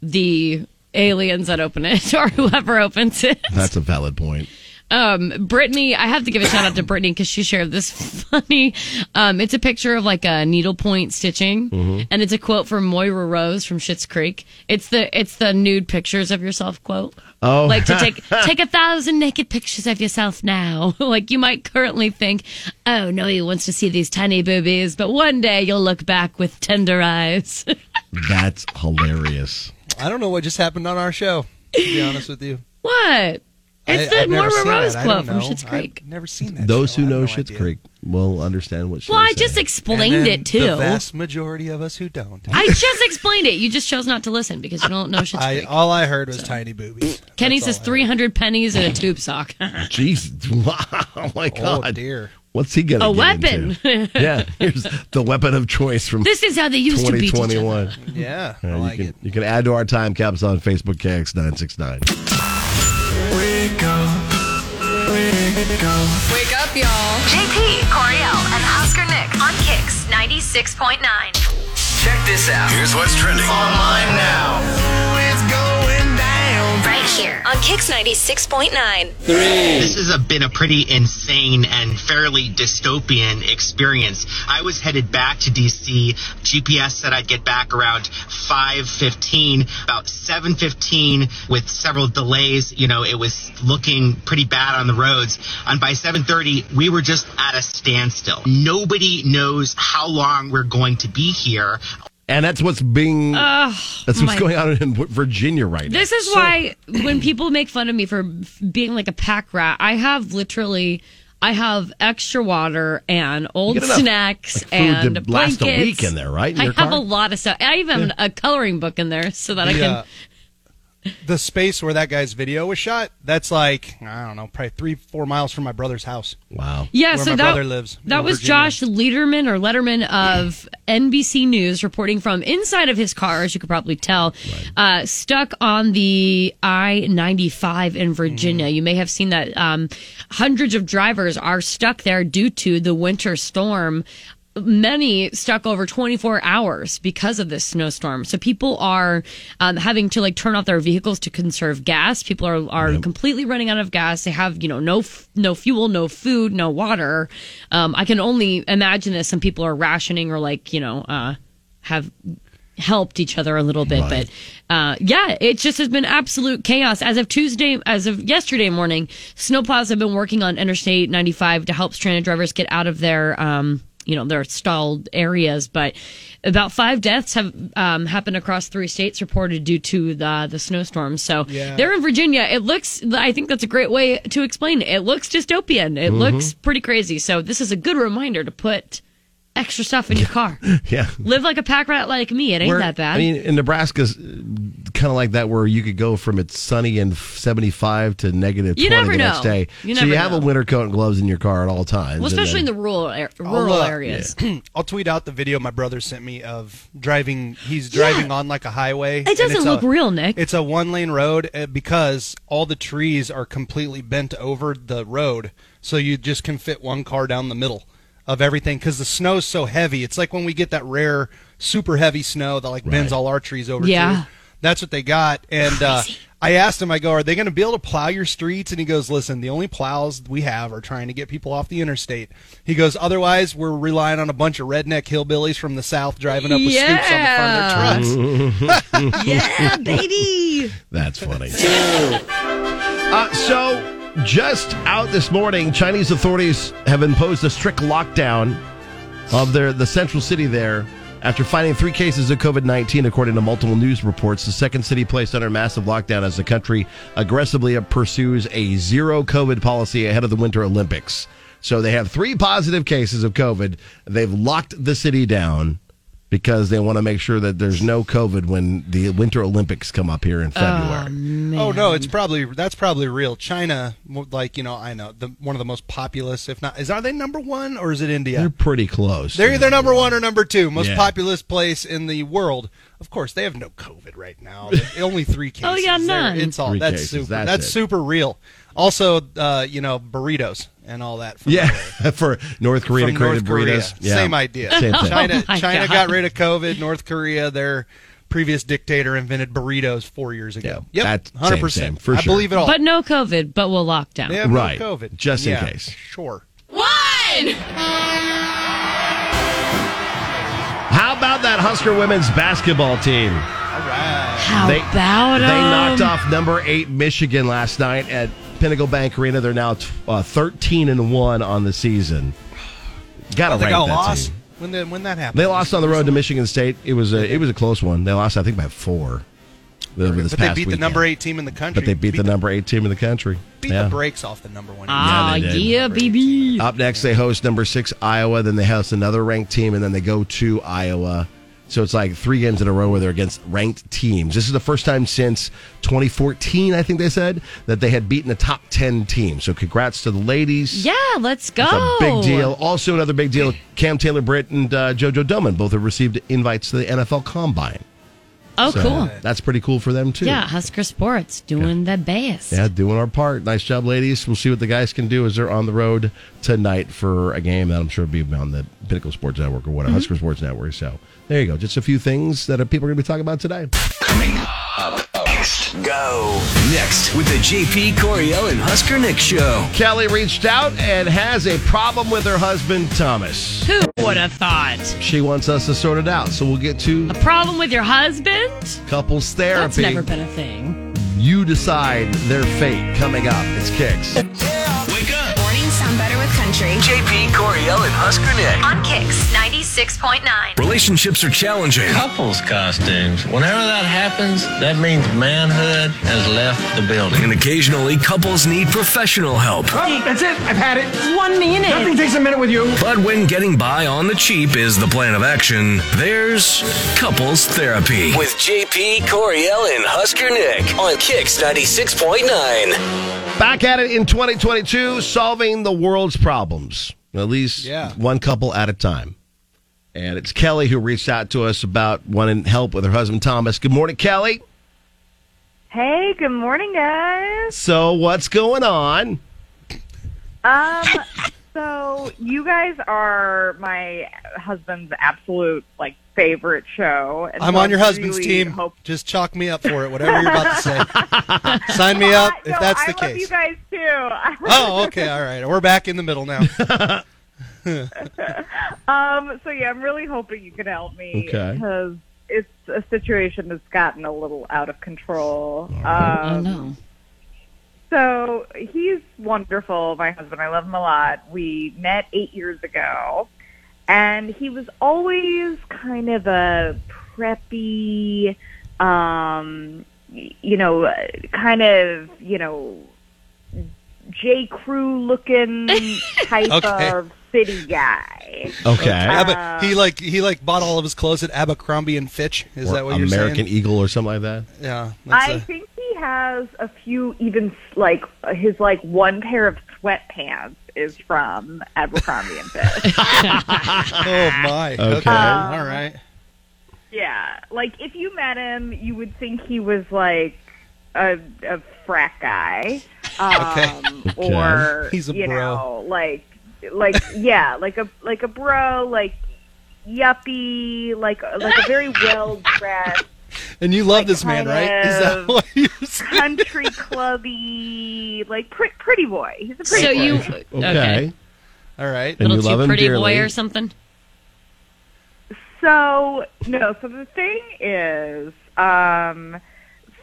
Speaker 10: the aliens that open it [laughs] or whoever opens it.
Speaker 11: That's a valid point.
Speaker 10: Um, Brittany, I have to give a shout out to Brittany because she shared this [laughs] funny. Um, it's a picture of like a needlepoint stitching,
Speaker 8: Mm-hmm.
Speaker 15: Mhm.
Speaker 10: and it's a quote from Moira Rose from Schitt's Creek. It's the it's the nude pictures of yourself quote.
Speaker 15: Oh.
Speaker 10: like to
Speaker 8: [laughs]
Speaker 10: take take a thousand naked pictures of yourself now. [laughs] like you might currently think, oh, nobody wants to see these tiny boobies, but one day you'll look back with tender eyes. [laughs]
Speaker 11: That's hilarious.
Speaker 8: I don't know what just happened on our show. To be honest with you,
Speaker 10: what? It's
Speaker 8: I,
Speaker 10: the
Speaker 8: I've never
Speaker 10: Moira
Speaker 8: seen
Speaker 10: Rose
Speaker 8: that. I don't
Speaker 10: quote from
Speaker 8: know.
Speaker 10: Schitt's Creek.
Speaker 8: I've never seen that.
Speaker 11: Those who know Shit's Creek will understand what. She
Speaker 10: Well,
Speaker 11: was
Speaker 10: I just
Speaker 11: saying.
Speaker 10: explained
Speaker 8: And then
Speaker 10: it too.
Speaker 8: The vast majority of us who don't.
Speaker 10: I just explained it. You just chose not to listen because you don't know shit's
Speaker 8: I, all I heard was tiny
Speaker 10: [clears throat]
Speaker 8: boobies.
Speaker 10: Kenny says 300 pennies and a tube
Speaker 11: [laughs]
Speaker 10: sock.
Speaker 11: Jeez, wow, oh my God,
Speaker 8: dear.
Speaker 11: What's he gonna
Speaker 10: a
Speaker 11: get
Speaker 10: weapon.
Speaker 11: into? [laughs] yeah, here's the weapon of choice
Speaker 10: [laughs]
Speaker 11: from
Speaker 10: This is how they used to beat each other.
Speaker 11: 2021.
Speaker 8: Yeah,
Speaker 11: All right, you can you can add to our time caps on Facebook KX nine six nine.
Speaker 12: Wake up. Wake up.
Speaker 2: Wake up, y'all. JP, Coriel, and Husker Nick on Kicks 96.9.
Speaker 16: Check this out. Here's what's trending online now. It's going down.
Speaker 5: Right here on Kix 96.9.
Speaker 17: This has a, been a pretty insane and fairly dystopian experience. I was headed back to DC. GPS said I'd get back around 5:15. About 7:15, with several delays, you know, it was looking pretty bad on the roads. And by 7:30, we were just at a standstill. Nobody knows how long we're going to be here.
Speaker 11: And that's what's being
Speaker 10: Ugh,
Speaker 11: that's what's
Speaker 10: my-
Speaker 11: going on in Virginia right now.
Speaker 10: This is why when people make fun of me for being like a pack rat, I have literally I have extra water and old
Speaker 11: get enough,
Speaker 10: snacks
Speaker 11: like, food
Speaker 10: and
Speaker 11: to last a
Speaker 10: blankets.
Speaker 11: week in there, right, in
Speaker 10: I
Speaker 11: your
Speaker 10: have
Speaker 11: car?
Speaker 10: a lot of stuff. I even have a coloring book in there so that I can.
Speaker 8: The, uh, the space where that guy's video was shot, that's like, I don't know, probably three, four miles from my brother's house. [clears throat]
Speaker 11: Wow.
Speaker 10: [laughs] Yeah,
Speaker 8: where
Speaker 10: so
Speaker 8: my
Speaker 10: that,
Speaker 8: brother lives.
Speaker 10: that
Speaker 8: in
Speaker 10: was
Speaker 8: Virginia.
Speaker 10: Josh Lederman or Letterman of NBC News reporting from inside of his car, as you could probably tell, uh, stuck on the I 95 in Virginia.
Speaker 8: Mm-hmm.
Speaker 10: You may have seen that um, hundreds of drivers are stuck there due to the winter storm. Many stuck over 24 hours because of this snowstorm. So people are um, having to like turn off their vehicles to conserve gas. People are, are completely running out of gas. They have, you know, no, f- no fuel, no food, no water. Um, I can only imagine that some people are rationing or like, you know, uh, have helped each other a little bit.
Speaker 15: Right.
Speaker 10: But uh, yeah, it just has been absolute chaos. As of Tuesday, as of yesterday morning, snowplows have been working on Interstate 95 to help stranded drivers get out of their. Um, you know their stalled areas, but about five deaths have um, happened across three states reported due to the the snowstorm. So
Speaker 15: Yeah.
Speaker 10: they're in Virginia. It looks. I think that's a great way to explain. It, it looks dystopian. It
Speaker 15: Mm-hmm.
Speaker 11: Mhm.
Speaker 10: looks pretty crazy. So this is a good reminder to put extra stuff in your
Speaker 15: [laughs]
Speaker 10: car.
Speaker 11: Yeah.
Speaker 10: Live like a pack rat like me. It ain't
Speaker 11: Where-
Speaker 10: that bad.
Speaker 11: I mean, in Nebraska's uh, kind of like that, where you could go from it's sunny and seventy-five to negative
Speaker 10: You
Speaker 11: twenty
Speaker 10: never
Speaker 11: the next
Speaker 10: know.
Speaker 11: day.
Speaker 10: You
Speaker 11: so you
Speaker 10: never
Speaker 11: have a
Speaker 10: know.
Speaker 11: winter coat and gloves in your car at all times.
Speaker 10: well,
Speaker 11: and
Speaker 10: especially in
Speaker 11: then- Oh,
Speaker 10: the rural ar-
Speaker 8: I'll,
Speaker 10: rural
Speaker 8: uh,
Speaker 10: areas.
Speaker 8: I'll tweet out the video my brother sent me of driving. He's driving on like a highway.
Speaker 10: It doesn't look real, Nick.
Speaker 8: It's a one lane road uh, because all the trees are completely bent over the road, so you just can fit one car down the middle of everything because the snow's so heavy. It's like when we get that rare super heavy snow that like bends all our trees over.
Speaker 10: Yeah.
Speaker 8: too. That's what they got. And uh, I asked him, I go, are they going to be able to plow your streets? And he goes, listen, the only plows we have are trying to get people off the interstate. He goes, otherwise, we're relying on a bunch of redneck hillbillies from the south driving up with scoops on the front of their trucks.
Speaker 10: [laughs]
Speaker 11: [laughs]
Speaker 10: yeah, baby.
Speaker 11: That's funny. Uh, so, just out this morning, Chinese authorities have imposed a strict lockdown of their the central city there after finding three cases of COVID nineteen, according to multiple news reports. The second city placed under massive lockdown as the country aggressively pursues a zero COVID policy ahead of the Winter Olympics. So they have three positive cases of COVID. They've locked the city down because they want to make sure that there's no COVID when the Winter Olympics come up here in February.
Speaker 8: Oh no, it's probably that's probably real. China, mo- like you know, I know the one of the most populous, if not, is are they number one or is it India?
Speaker 11: They're pretty close.
Speaker 8: They're either number one or number two, most
Speaker 11: Yeah.
Speaker 8: populous place in the world. Of course, they have no COVID right now.
Speaker 11: [laughs]
Speaker 8: There- Only three cases.
Speaker 10: Oh, yeah,
Speaker 8: They're-
Speaker 10: none.
Speaker 8: It's all
Speaker 11: Three
Speaker 8: that's
Speaker 11: cases,
Speaker 8: super.
Speaker 11: that's
Speaker 8: That's,
Speaker 11: it.
Speaker 8: super real. Also, uh, you know, burritos and all that. From,
Speaker 11: Yeah, [laughs] for North Korea
Speaker 8: from
Speaker 11: to create
Speaker 8: North Korea.
Speaker 11: burritos. Yeah.
Speaker 8: Same idea. [laughs]
Speaker 11: Same thing. [laughs] Oh
Speaker 8: China,
Speaker 10: my
Speaker 8: China
Speaker 10: God.
Speaker 8: got rid of COVID. North Korea, their previous dictator, invented burritos four years ago. yep,
Speaker 11: Yeah, that's same,
Speaker 8: hundred
Speaker 11: same,
Speaker 8: percent.
Speaker 11: for
Speaker 8: I
Speaker 11: sure.
Speaker 8: believe it all.
Speaker 10: But no COVID, but we'll lock down.
Speaker 8: They have no
Speaker 11: Right,
Speaker 8: COVID.
Speaker 11: just in
Speaker 8: Yeah,
Speaker 11: case.
Speaker 8: Sure.
Speaker 11: How about that Husker women's basketball team?
Speaker 10: How about um,
Speaker 11: they knocked
Speaker 10: 'em?
Speaker 11: off number eight Michigan last night at Pinnacle Bank Arena. They're now t- uh, thirteen and one on the season. Got to
Speaker 8: they
Speaker 11: rank
Speaker 8: got
Speaker 11: that
Speaker 8: lost
Speaker 11: team.
Speaker 8: when the, when that happened.
Speaker 11: They lost on the road to Michigan State. It was a it was a close one. They lost, I think, by four. Over this
Speaker 8: But they
Speaker 11: past
Speaker 8: beat
Speaker 11: weekend.
Speaker 8: the number eight team in the country.
Speaker 11: But they beat, the number eight team in the country.
Speaker 8: beat
Speaker 11: Yeah.
Speaker 8: the brakes off the number one.
Speaker 10: Ah,
Speaker 11: Yeah,
Speaker 10: yeah,
Speaker 11: they did. Uh,
Speaker 10: baby.
Speaker 11: Up next, they host number six Iowa. Then they host another ranked team, and then they go to Iowa. So it's like three games in a row where they're against ranked teams. This is the first time since 2014, I think they said, that they had beaten a top 10 team. So congrats to the ladies.
Speaker 10: Yeah, let's go.
Speaker 11: It's a big deal. Also, another big deal Cam Taylor Britt and uh, JoJo Duman both have received invites to the NFL Combine.
Speaker 10: Oh,
Speaker 11: So
Speaker 10: cool.
Speaker 11: That's pretty cool for them, too.
Speaker 10: Yeah, Husker Sports doing the best.
Speaker 11: Yeah, doing our part. Nice job, ladies. We'll see what the guys can do as they're on the road tonight for a game that I'm sure will be on the Pinnacle Sports Network or
Speaker 10: Mm-hmm.
Speaker 11: whatever, Husker Sports Network. So there you go. Just a few things that uh, people are going to be talking about today.
Speaker 1: Up next. Go. Next with the JP Coriel and Husker Nick show.
Speaker 11: Kelly reached out and has a problem with her husband, Thomas.
Speaker 10: Who would have thought?
Speaker 11: She wants us to sort it out. So we'll get to
Speaker 10: Problem with your husband?
Speaker 11: couples therapy.
Speaker 10: That's never been a thing.
Speaker 11: You decide their fate coming up. It's Kicks.
Speaker 16: Wake up.
Speaker 2: Mornings sound better with country.
Speaker 1: JP Coriel and Husker Nick.
Speaker 2: On Kicks 96.9.
Speaker 1: Relationships are challenging.
Speaker 15: Couples costumes. Whenever that happens, that means manhood has left the building.
Speaker 1: And occasionally, couples need professional help.
Speaker 16: that's it. I've had it. One minute. Nothing takes a minute with you.
Speaker 1: But when getting by on the cheap is the plan of action, there's couples therapy. With JP Coriel and Husker Nick on Kicks 96.9.
Speaker 11: Back at it in 2022, solving the world's problems, at least
Speaker 1: Yeah.
Speaker 11: one couple at a time. And it's Kelly who reached out to us about wanting help with her husband Thomas. Good morning, Kelly.
Speaker 18: Hey, good morning, guys.
Speaker 11: So, what's going on? [laughs]
Speaker 18: Um, so you guys are my husband's absolute like favorite show. and
Speaker 8: I'm
Speaker 18: so
Speaker 8: on your husband's
Speaker 18: Ah, really
Speaker 8: team.
Speaker 18: hope-
Speaker 8: Just chalk me up for it. Whatever you're about to
Speaker 11: [laughs]
Speaker 8: say, sign me up if
Speaker 18: No,
Speaker 8: that's the
Speaker 18: I love you
Speaker 8: case.
Speaker 18: guys too. [laughs]
Speaker 8: Oh, okay, all right. We're back in the middle now.
Speaker 18: Um, so yeah, I'm really hoping you can help me
Speaker 8: Okay.
Speaker 18: because it's a situation that's gotten a little out of control.
Speaker 10: oh,
Speaker 18: Um,
Speaker 10: no.
Speaker 18: So he's wonderful, my husband. I love him a lot. We met eight years ago, and he was always kind of a preppy, um, y- you know, uh, kind of, you know, J. Crew looking type
Speaker 8: [laughs] Okay.
Speaker 18: of city guy.
Speaker 8: Abba-
Speaker 18: uh,
Speaker 8: he like he like bought all of his clothes at Abercrombie and Fitch. Is
Speaker 11: Or
Speaker 8: that what you're saying?
Speaker 11: American E- Eagle or something like that?
Speaker 8: Yeah.
Speaker 18: I
Speaker 8: that's a-
Speaker 18: think he has a few, even like his like one pair of sweatpants is from Abercrombie and Fitch.
Speaker 8: oh my. Okay.
Speaker 18: Okay. Um,
Speaker 8: all right.
Speaker 18: yeah, like if you met him, you would think he was like a, a frat guy, um,
Speaker 16: Okay.
Speaker 18: or
Speaker 16: Okay. He's a
Speaker 18: you
Speaker 16: bro.
Speaker 18: know, like like yeah, like a like a bro, like yuppie, like like a very well dressed.
Speaker 8: And you love this man,
Speaker 18: kind
Speaker 8: right? Is that
Speaker 18: of
Speaker 8: what you're
Speaker 18: country clubby, like pre- pretty boy. He's a pretty
Speaker 10: So
Speaker 18: boy.
Speaker 10: you
Speaker 11: Okay.
Speaker 8: All right.
Speaker 11: And
Speaker 10: little
Speaker 11: you
Speaker 10: too
Speaker 11: love him
Speaker 10: pretty
Speaker 11: dearly.
Speaker 10: boy or something?
Speaker 18: So no, so the thing is, um,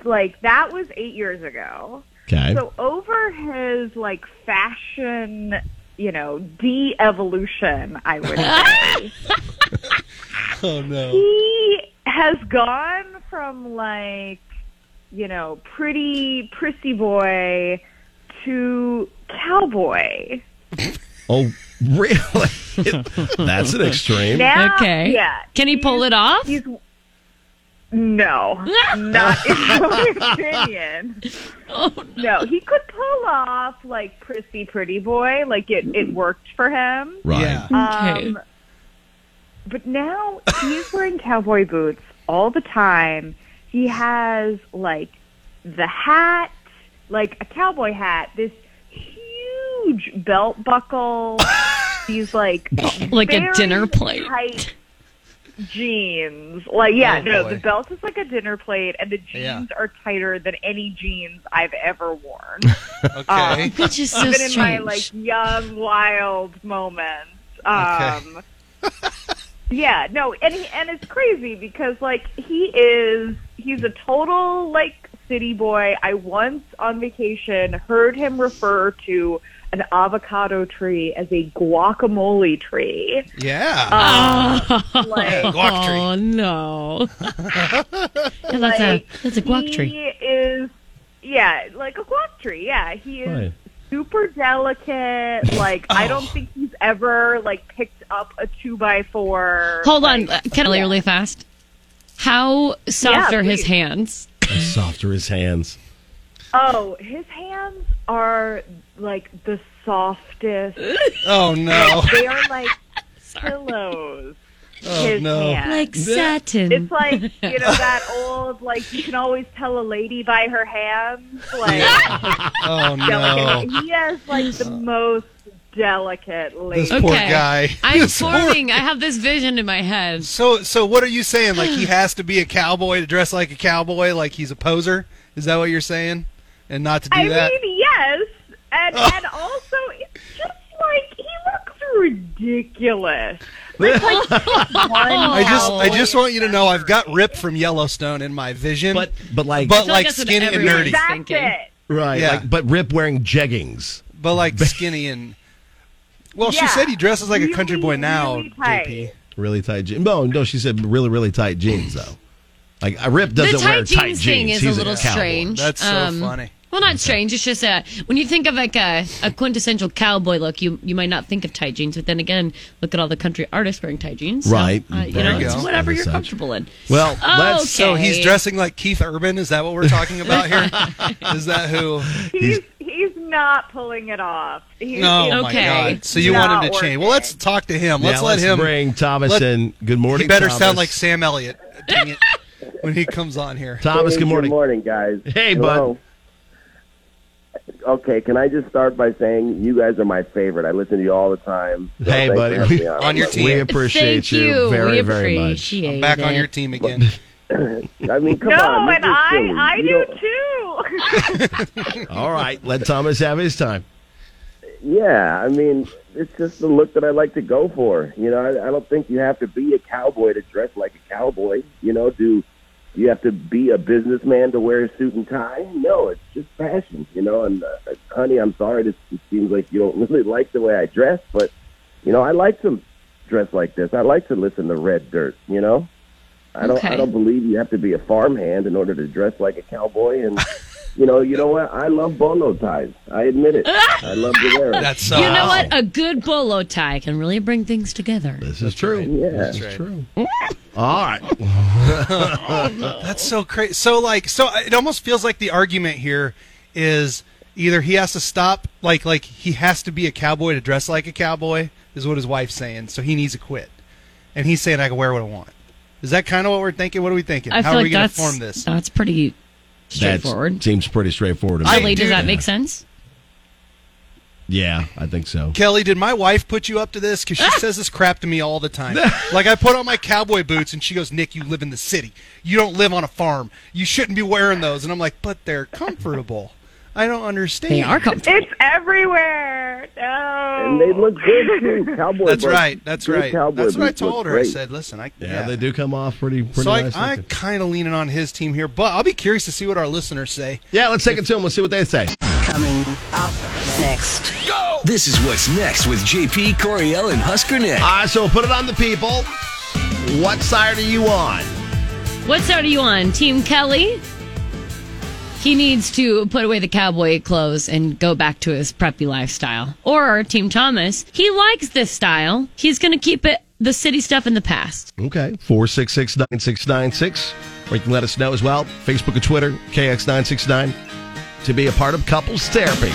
Speaker 18: like that was eight years ago.
Speaker 11: Okay.
Speaker 18: So over his like fashion, you know, de-evolution, I would say.
Speaker 19: [laughs]
Speaker 8: Oh no.
Speaker 18: he has gone from like you know pretty prissy boy to cowboy
Speaker 19: Oh, really? [laughs] That's an extreme.
Speaker 11: Now,
Speaker 10: Okay.
Speaker 11: Uh, Yeah.
Speaker 10: Can he pull it off?
Speaker 11: He's no, not in my opinion. no. he could pull off like prissy pretty boy, like it it worked for him.
Speaker 19: Right.
Speaker 11: Um, but now he's wearing cowboy boots all the time. He has like the hat, like a cowboy hat, this huge belt
Speaker 10: [laughs]
Speaker 11: buckle. He's like
Speaker 10: Like a
Speaker 11: very
Speaker 10: dinner plate.
Speaker 11: tight jeans. Like yeah,
Speaker 10: Oh,
Speaker 11: no,
Speaker 10: boy.
Speaker 11: the belt is like a dinner plate, and the jeans
Speaker 10: Yeah.
Speaker 11: are tighter than any jeans I've ever worn. Ah.
Speaker 8: Okay.
Speaker 10: Which
Speaker 11: [laughs]
Speaker 10: is so
Speaker 11: even in my
Speaker 10: strange.
Speaker 11: like young wild moments. Um, yeah, no, and he, and it's crazy because like he is he's a total like city boy. I once on vacation heard him refer to an avocado tree as a guacamole tree.
Speaker 8: Yeah. [laughs]
Speaker 11: Um, like-
Speaker 10: oh
Speaker 11: [laughs]
Speaker 10: no! Yeah, that's a
Speaker 11: Like,
Speaker 10: that's a guac tree.
Speaker 11: He is, yeah, like a guac tree. Yeah, he is
Speaker 10: Right. Oh.
Speaker 11: super delicate. Like I don't think he's ever like picked up a two by four.
Speaker 10: Hold on, uh, can I lay really fast? How soft
Speaker 11: Yeah,
Speaker 10: are his
Speaker 11: please.
Speaker 10: hands?
Speaker 19: As soft are his hands.
Speaker 11: Oh, his hands are like the softest.
Speaker 8: Oh no.
Speaker 11: they are
Speaker 10: [laughs]
Speaker 11: like pillows.
Speaker 8: Oh,
Speaker 11: his
Speaker 8: no.
Speaker 11: hands.
Speaker 8: Like satin.
Speaker 11: It's like you
Speaker 10: [laughs]
Speaker 11: know that old like you can always tell a lady by
Speaker 8: [laughs]
Speaker 11: her hands. Like
Speaker 8: Oh
Speaker 11: delicate.
Speaker 8: no. Uh.
Speaker 11: He has like the most delicate lady.
Speaker 8: This poor guy.
Speaker 10: I'm
Speaker 11: [laughs]
Speaker 8: This poor-
Speaker 10: forming. I have this vision in my head.
Speaker 8: So so what are you saying? Like he has to be a cowboy to dress like a cowboy, like he's a poser? Is that what you're saying? And not to do
Speaker 11: I
Speaker 8: that?
Speaker 11: mean, yes,
Speaker 8: [laughs]
Speaker 11: and and also it's just like he looks ridiculous. It's like one
Speaker 8: I just I
Speaker 11: cowboy.
Speaker 8: just want you to know I've got Rip from Yellowstone in my vision. But
Speaker 19: but like
Speaker 8: but like skinny and nerdy.
Speaker 11: That's it.
Speaker 19: Right.
Speaker 8: Yeah.
Speaker 19: Like, but Rip wearing jeggings.
Speaker 8: But like skinny and well, she
Speaker 11: Yeah.
Speaker 8: said he dresses like a country boy
Speaker 11: Really,
Speaker 8: now,
Speaker 11: really tight.
Speaker 8: JP.
Speaker 19: Really tight jeans. No, no, she said really, really tight jeans though. Like uh, Rip doesn't
Speaker 10: the tight
Speaker 19: wear
Speaker 10: jeans
Speaker 19: tight jeans.
Speaker 10: thing is
Speaker 19: He's
Speaker 10: a little
Speaker 19: cowboy.
Speaker 10: strange. Um,
Speaker 8: funny.
Speaker 10: Well, not strange. It's just uh, when you think of like a, a quintessential cowboy look, you you might not think of tight jeans. But then again, look at all the country artists wearing tight jeans. So,
Speaker 19: Right.
Speaker 10: uh, you
Speaker 19: There
Speaker 10: know,
Speaker 19: you
Speaker 10: it's
Speaker 19: go.
Speaker 10: whatever
Speaker 19: And
Speaker 10: you're
Speaker 19: such.
Speaker 10: comfortable in. Uh,
Speaker 19: Well, let's-
Speaker 8: So
Speaker 10: okay.
Speaker 8: he's dressing like Keith Urban. Is that what we're talking about
Speaker 10: [laughs]
Speaker 8: here? Is that who?
Speaker 11: He's he's not pulling it off. He's,
Speaker 8: No,
Speaker 10: Oh,
Speaker 11: he's
Speaker 8: oh my
Speaker 11: just
Speaker 8: God. So you
Speaker 11: not
Speaker 8: want him to change? Well, let's talk to him.
Speaker 19: Yeah,
Speaker 8: Let's let him
Speaker 19: bring Thomas
Speaker 8: let-
Speaker 19: in. Good morning.
Speaker 8: He better
Speaker 19: Thomas.
Speaker 8: sound like Sam Elliott. Dang it. when he comes on here.
Speaker 19: Thomas. Good morning.
Speaker 17: morning, guys.
Speaker 19: Hey,
Speaker 17: Hello. Okay, can I just start by saying you guys are my favorite. I listen to you all the time. So
Speaker 19: Hey,
Speaker 17: thanks for
Speaker 19: buddy.
Speaker 17: having
Speaker 19: We-
Speaker 17: me
Speaker 19: on your team. We appreciate
Speaker 10: Thank
Speaker 19: you
Speaker 10: you.
Speaker 19: very,
Speaker 10: we
Speaker 19: very much.
Speaker 10: appreciate
Speaker 8: I'm back on
Speaker 10: it.
Speaker 8: your team again.
Speaker 17: I mean, come
Speaker 11: [laughs] no,
Speaker 17: on. this
Speaker 11: and
Speaker 17: is
Speaker 11: I
Speaker 17: silly.
Speaker 11: I
Speaker 17: You
Speaker 11: do
Speaker 17: don't-
Speaker 11: too.
Speaker 19: All right, let Thomas have his time.
Speaker 17: Yeah, I mean, it's just the look that I like to go for. You know, I, I don't think you have to be a cowboy to dress like a cowboy. You know, do you have to be a businessman to wear a suit and tie? No, it's just fashion. You know, and uh, honey, I'm sorry, this it seems like you don't [laughs] really like the way I dress, but you know, I like to dress like this. I like to listen to Red Dirt. You know, I don't.
Speaker 10: Okay.
Speaker 17: I don't believe you have to be a farmhand in order to dress like a cowboy. And you know, you know what? I love bolo ties. I admit it. I love to wear it.
Speaker 8: That's so.
Speaker 10: You know what? A good bolo tie can really bring things together.
Speaker 19: This is true.
Speaker 17: Yeah.
Speaker 19: This is true. All right.
Speaker 8: That's so crazy. So like, so it almost feels like the argument here is either he has to stop, like, like he has to be a cowboy to dress like a cowboy, is what his wife's saying. So he needs to quit, and he's saying I can wear what I want. Is that kind of what we're thinking? What are we thinking?
Speaker 10: I
Speaker 8: How
Speaker 10: feel
Speaker 8: are
Speaker 10: like
Speaker 8: we going to
Speaker 10: that's
Speaker 8: form this?
Speaker 10: that's pretty straightforward.
Speaker 19: That seems pretty straightforward. to me.
Speaker 10: Really, does that make sense?
Speaker 19: Yeah, I think so.
Speaker 8: Kelly, did my wife put you up to this?
Speaker 10: [laughs]
Speaker 8: Because she says this crap to me all the time. like I put on my cowboy boots, and she goes, "Nick, you live in the city. You don't live on a farm. You shouldn't be wearing those." And I'm like, "But they're comfortable. I don't understand.
Speaker 10: They are comfortable.
Speaker 11: it's everywhere. No,
Speaker 17: And they look good too. Cowboy
Speaker 8: That's
Speaker 17: boots.
Speaker 8: right. That's
Speaker 17: Good
Speaker 8: right.
Speaker 17: Cowboy
Speaker 8: That's what I
Speaker 17: boots look
Speaker 8: told her. I
Speaker 17: great.
Speaker 8: said, "Listen, I
Speaker 19: Yeah, they do come off pretty pretty
Speaker 8: so
Speaker 19: nice.
Speaker 8: I, I kind of leaning on his team here, but I'll be curious to see what our listeners say.
Speaker 19: yeah, let's take it to them. Let's see what they say.
Speaker 1: Coming up next. Go! This is what's next with JP Coriel and Husker Nick.
Speaker 19: All right, so put it on the people. What side are you on?
Speaker 10: What side are you on, Team Kelly? He needs to put away the cowboy clothes and go back to his preppy lifestyle. Or Team Thomas, he likes this style. He's going to keep it the city stuff in the past.
Speaker 11: Okay. 466 9696. Or you can let us know as well. Facebook and Twitter, KX969, to be a part of Couples Therapy.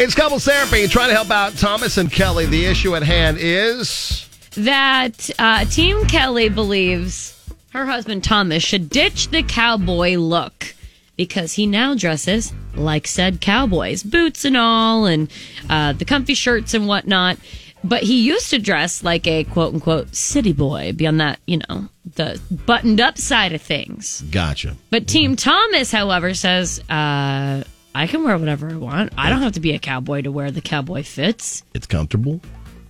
Speaker 11: It's Couples Therapy, trying to help out Thomas and Kelly. The issue at hand is.
Speaker 10: That uh, Team Kelly believes her husband Thomas should ditch the cowboy look because he now dresses like said cowboys, boots and all, and uh, the comfy shirts and whatnot. But he used to dress like a quote unquote city boy, beyond that, you know, the buttoned up side of things.
Speaker 11: Gotcha.
Speaker 10: But Team Thomas, however, says, uh, I can wear whatever I want. I don't have to be a cowboy to wear the cowboy fits.
Speaker 11: It's comfortable.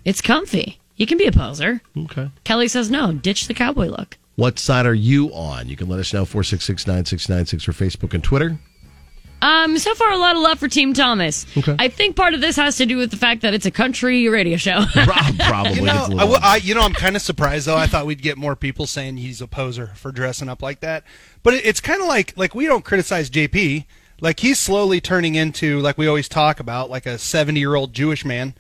Speaker 10: It's comfy. You can be a poser.
Speaker 11: Okay.
Speaker 10: Kelly says, no, ditch the cowboy look.
Speaker 11: What side are you on? You can let us know 466 9696 or Facebook and Twitter.
Speaker 10: Um, so far, a lot of love for Team Thomas. Okay. I think part of this has to do with the fact that it's a country radio show. [laughs]
Speaker 11: Probably.
Speaker 8: You know,
Speaker 11: it's a
Speaker 8: I,
Speaker 11: little-
Speaker 8: w- I, you know, I'm kind of surprised though. I thought we'd get more people saying he's a poser for dressing up like that. But it, it's kind of like like we don't criticize JP. Like he's slowly turning into like we always talk about, like a 70 year old Jewish man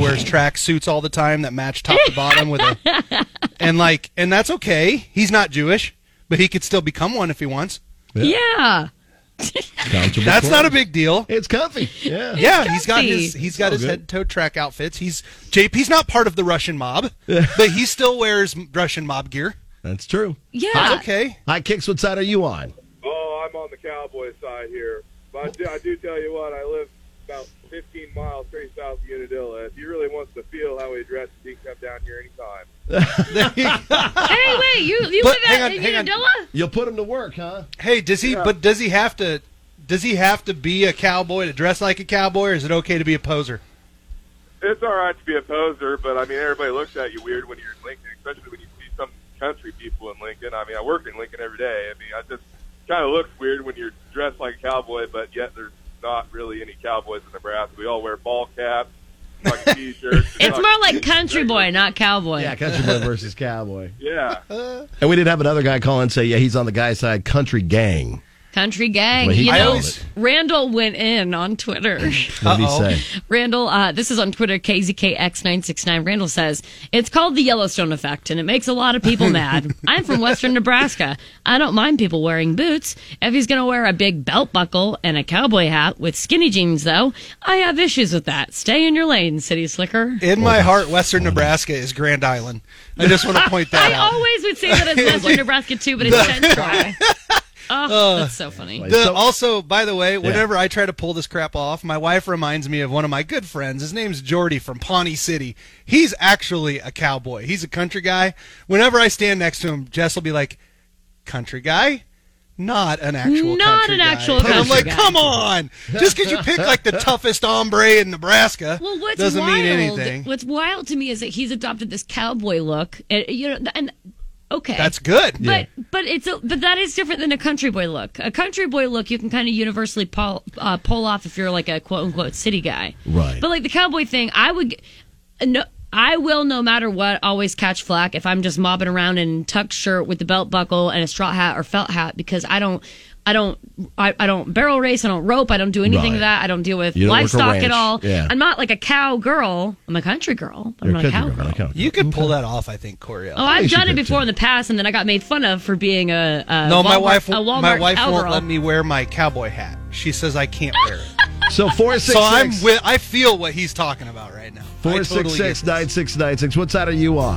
Speaker 19: [laughs]
Speaker 8: wears track suits all the time that match top to bottom with a and like and that's okay. He's not Jewish, but he could still become one if he wants.
Speaker 10: yeah.
Speaker 8: That's not a big deal.
Speaker 11: It's comfy. Yeah.
Speaker 8: Yeah,
Speaker 10: It's
Speaker 8: he's got
Speaker 10: comfy.
Speaker 8: his he's got
Speaker 11: all
Speaker 8: his
Speaker 11: good.
Speaker 8: head toe track outfits. He's JP's not part of the Russian
Speaker 11: [laughs]
Speaker 8: mob, but he still wears Russian mob gear.
Speaker 11: That's true.
Speaker 10: Yeah.
Speaker 11: That's
Speaker 8: okay.
Speaker 11: Hi, Kicks, what side are you on?
Speaker 20: Oh, I'm on the cowboy side here. But I do, I do tell you what, I live about 15 miles straight south of Unadilla. If he really wants to feel how he dresses, he can come down here anytime.
Speaker 10: hey, wait, you, you
Speaker 8: But
Speaker 10: live
Speaker 8: hang
Speaker 10: out
Speaker 8: on,
Speaker 10: in
Speaker 8: hang on.
Speaker 10: Unadilla?
Speaker 11: You'll put him to work, huh?
Speaker 8: Hey, does he? But does he have to? Does he have to be a cowboy to dress like a cowboy, or is it okay to be a poser?
Speaker 20: It's all right to be a poser, but I mean, everybody looks at you weird when you're in Lincoln, especially when you see some country people in Lincoln. I mean, I work in Lincoln every day. I mean, I just kind of looks weird when you're dressed like a cowboy, but yet there's not really any cowboys in Nebraska. We all wear ball caps, fucking [laughs] t-shirts.
Speaker 10: It's more like country boy, not cowboy.
Speaker 11: Yeah,
Speaker 21: [laughs]
Speaker 11: country boy versus cowboy.
Speaker 20: yeah.
Speaker 11: And we did have another guy call and say, yeah, he's on the guy side, country gang.
Speaker 10: Country gang.
Speaker 11: Well, he
Speaker 10: you
Speaker 11: called
Speaker 10: know,
Speaker 11: it.
Speaker 10: Randall went in on
Speaker 11: [laughs]
Speaker 10: Twitter.
Speaker 11: What did he say?
Speaker 10: Randall, uh, this is on Twitter, KZKX969. Randall says, It's called the Yellowstone effect, and it makes a lot of [laughs] people mad. I'm from Western Nebraska. I don't mind people wearing boots. If he's going to wear a big belt buckle and a cowboy hat with skinny jeans, though, I have issues with that. Stay in your lane, City Slicker.
Speaker 8: In my heart, Western Nebraska is Grand Island. I just want to point that
Speaker 10: I
Speaker 8: out.
Speaker 10: always would
Speaker 8: [laughs]
Speaker 10: say that it's Western Nebraska, too, but it's Central. Oh,
Speaker 8: Uh,
Speaker 10: that's so funny.
Speaker 8: The, also, by the way, whenever I try to pull this crap off, my wife reminds me of one of my good friends. His name's Jordy from Pawnee City. He's actually a cowboy. He's a country guy. Whenever I stand next to him, Jess will be like, "Country guy." Not an actual
Speaker 10: Not
Speaker 8: country
Speaker 10: an
Speaker 8: guy."
Speaker 10: actual
Speaker 8: And I'm
Speaker 10: country
Speaker 8: like,
Speaker 10: guy.
Speaker 8: come on! Just because you pick like the toughest hombre in Nebraska
Speaker 10: [laughs] Well, what's
Speaker 8: doesn't
Speaker 10: wild,
Speaker 8: mean anything.
Speaker 10: What's wild to me is that he's adopted this cowboy look. And, you know, and okay,
Speaker 8: That's good.
Speaker 10: But but it's a, but that is different than a country boy look. A country boy look you can kind of universally pull uh, pull off if you're like a quote unquote city guy.
Speaker 11: Right.
Speaker 10: But like the cowboy thing, I would g- no. I will, no matter what, always catch flack if I'm just mobbing around in tucked shirt with the belt buckle and a straw hat or felt hat because I don't, I don't, I, I don't barrel race, I don't rope, I don't do anything
Speaker 11: Right.
Speaker 10: to that, I don't deal with
Speaker 11: You don't work a
Speaker 10: livestock at
Speaker 11: ranch.
Speaker 10: all.
Speaker 11: Yeah.
Speaker 10: I'm not like a cow girl. I'm a country girl, but I'm
Speaker 11: You're a
Speaker 10: not a
Speaker 11: country
Speaker 10: cow
Speaker 11: girl,
Speaker 10: girl.
Speaker 11: not a cowboy.
Speaker 8: You could pull that off, I think, Corey.
Speaker 10: Oh, I've done it before in the past, and then I got made fun of for being a, a
Speaker 8: no, my
Speaker 10: Walmart-
Speaker 8: wife.
Speaker 10: a Walmart
Speaker 8: my wife
Speaker 10: cowgirl.
Speaker 8: won't let me wear my cowboy hat. She says I can't wear it.
Speaker 11: So four six
Speaker 8: so I'm
Speaker 11: six
Speaker 8: with. I feel what he's talking about right now. I
Speaker 11: four
Speaker 8: totally
Speaker 11: six
Speaker 8: get
Speaker 11: six nine six nine six. What side are you on?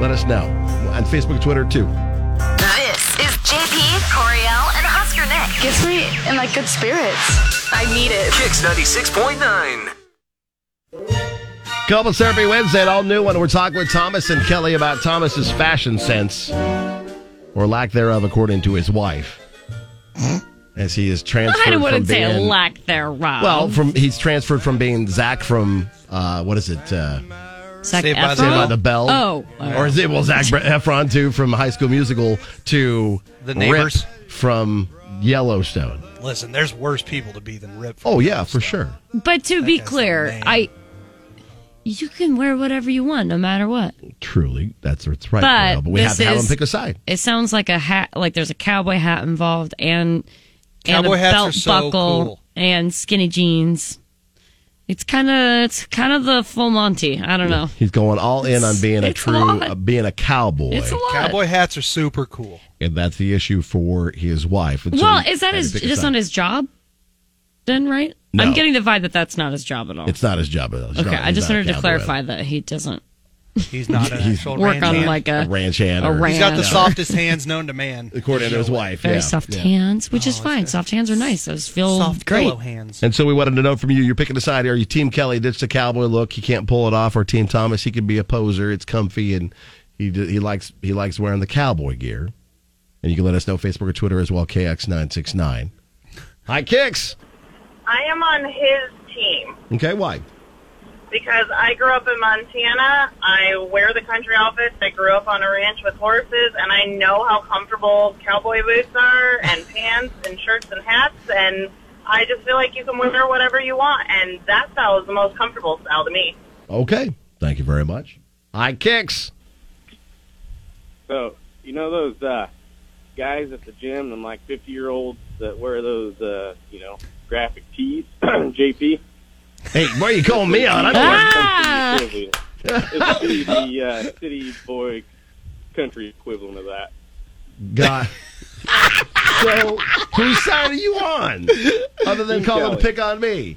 Speaker 11: Let us know on Facebook, Twitter too.
Speaker 2: [laughs] This is JP, Coriel, and Husker Nick.
Speaker 22: Gets me in like good spirits. I need it.
Speaker 1: Kicks 96.9.
Speaker 11: Couple Therapy Wednesday, an all new one. We're talking with Thomas and Kelly about Thomas's fashion sense, or lack thereof, according to his wife, as he is transferred.
Speaker 10: I
Speaker 11: from
Speaker 10: wouldn't say
Speaker 11: being,
Speaker 10: lack thereof.
Speaker 11: Well, from he's transferred from being Zach from uh, what is it? Uh,
Speaker 10: Zac
Speaker 11: Saved by the,
Speaker 10: Efron?
Speaker 11: Saved by the Bell.
Speaker 10: Oh.
Speaker 11: or is it well Zach Efron too from High School Musical to
Speaker 8: The Neighbors?
Speaker 11: Rip from Yellowstone?
Speaker 8: it. Listen, there's worse people to be than Rip.
Speaker 11: Oh yeah, for sure.
Speaker 10: But to be clear, I you can wear whatever you want, no matter what.
Speaker 11: Truly, that's what's right.
Speaker 10: but
Speaker 11: Cornell, but we
Speaker 10: this
Speaker 11: have to have
Speaker 10: is,
Speaker 11: him pick a side.
Speaker 10: It sounds like a hat, like there's a cowboy hat involved, and and
Speaker 8: Cowboy
Speaker 10: a
Speaker 8: hats
Speaker 10: belt
Speaker 8: are so
Speaker 10: buckle
Speaker 8: cool.
Speaker 10: and skinny jeans. It's kind of it's kind of the full Monty. I don't know.
Speaker 11: He's going all in on being a
Speaker 10: Oh. It's a
Speaker 11: true,
Speaker 10: lot.
Speaker 11: uh, being a cowboy,
Speaker 10: It's a lot.
Speaker 8: Cowboy hats are super cool.
Speaker 11: and that's the issue for his wife. And so
Speaker 10: well,
Speaker 11: he
Speaker 10: is that
Speaker 11: had to
Speaker 10: his
Speaker 11: pick a
Speaker 10: just
Speaker 11: side.
Speaker 10: not his job? Then right?
Speaker 11: No.
Speaker 10: I'm getting the vibe that that's not his job at all.
Speaker 11: It's not his job at all. He's
Speaker 10: okay,
Speaker 11: not-
Speaker 10: I
Speaker 11: he's
Speaker 10: just
Speaker 11: not a
Speaker 10: wanted to
Speaker 11: cowboy.
Speaker 10: clarify that he doesn't.
Speaker 8: He's not an
Speaker 11: He's-
Speaker 8: actual
Speaker 10: Work
Speaker 8: ranch
Speaker 10: on,
Speaker 8: hand.
Speaker 10: like, a-
Speaker 11: ranch hand.
Speaker 10: a
Speaker 11: or-
Speaker 10: ranch.
Speaker 8: He's got the
Speaker 10: Yeah.
Speaker 8: softest hands known to
Speaker 10: [laughs]
Speaker 8: man.
Speaker 11: According to his wife,
Speaker 10: Very
Speaker 11: yeah.
Speaker 10: soft
Speaker 11: Yeah.
Speaker 10: hands, which is fine. Soft hands are nice. Those feel
Speaker 8: Oh, Soft
Speaker 10: great.
Speaker 8: pillow hands.
Speaker 11: And so we wanted to know from you. You're picking a side. Are you Team Kelly? That's the cowboy look. He can't pull it off. Or Team Thomas? He can be a poser. It's comfy and he d- he likes he likes wearing the cowboy gear. And you can let us know Facebook or Twitter as well. KX nine six nine. Hi, kicks.
Speaker 6: I am on his team
Speaker 11: Okay, why?
Speaker 6: because I grew up in Montana. I wear the country outfits. I grew up on a ranch with horses, and I know how comfortable cowboy boots are, and pants, and shirts, and hats. And I just feel like you can wear whatever you want, and that style is the most comfortable style to me.
Speaker 11: Okay, thank you very much. Hi, kicks.
Speaker 21: So you know those uh, guys at the gym and like fifty year olds that wear those uh, you know graphic tees. [clears throat] JP.
Speaker 11: Hey, why are you calling me out? I'm [laughs]
Speaker 21: Ah! It's really the uh, city boy country equivalent of that.
Speaker 11: God. so, whose side are you on? Other than
Speaker 21: Team
Speaker 11: call and
Speaker 21: Kelly.
Speaker 11: pick on me.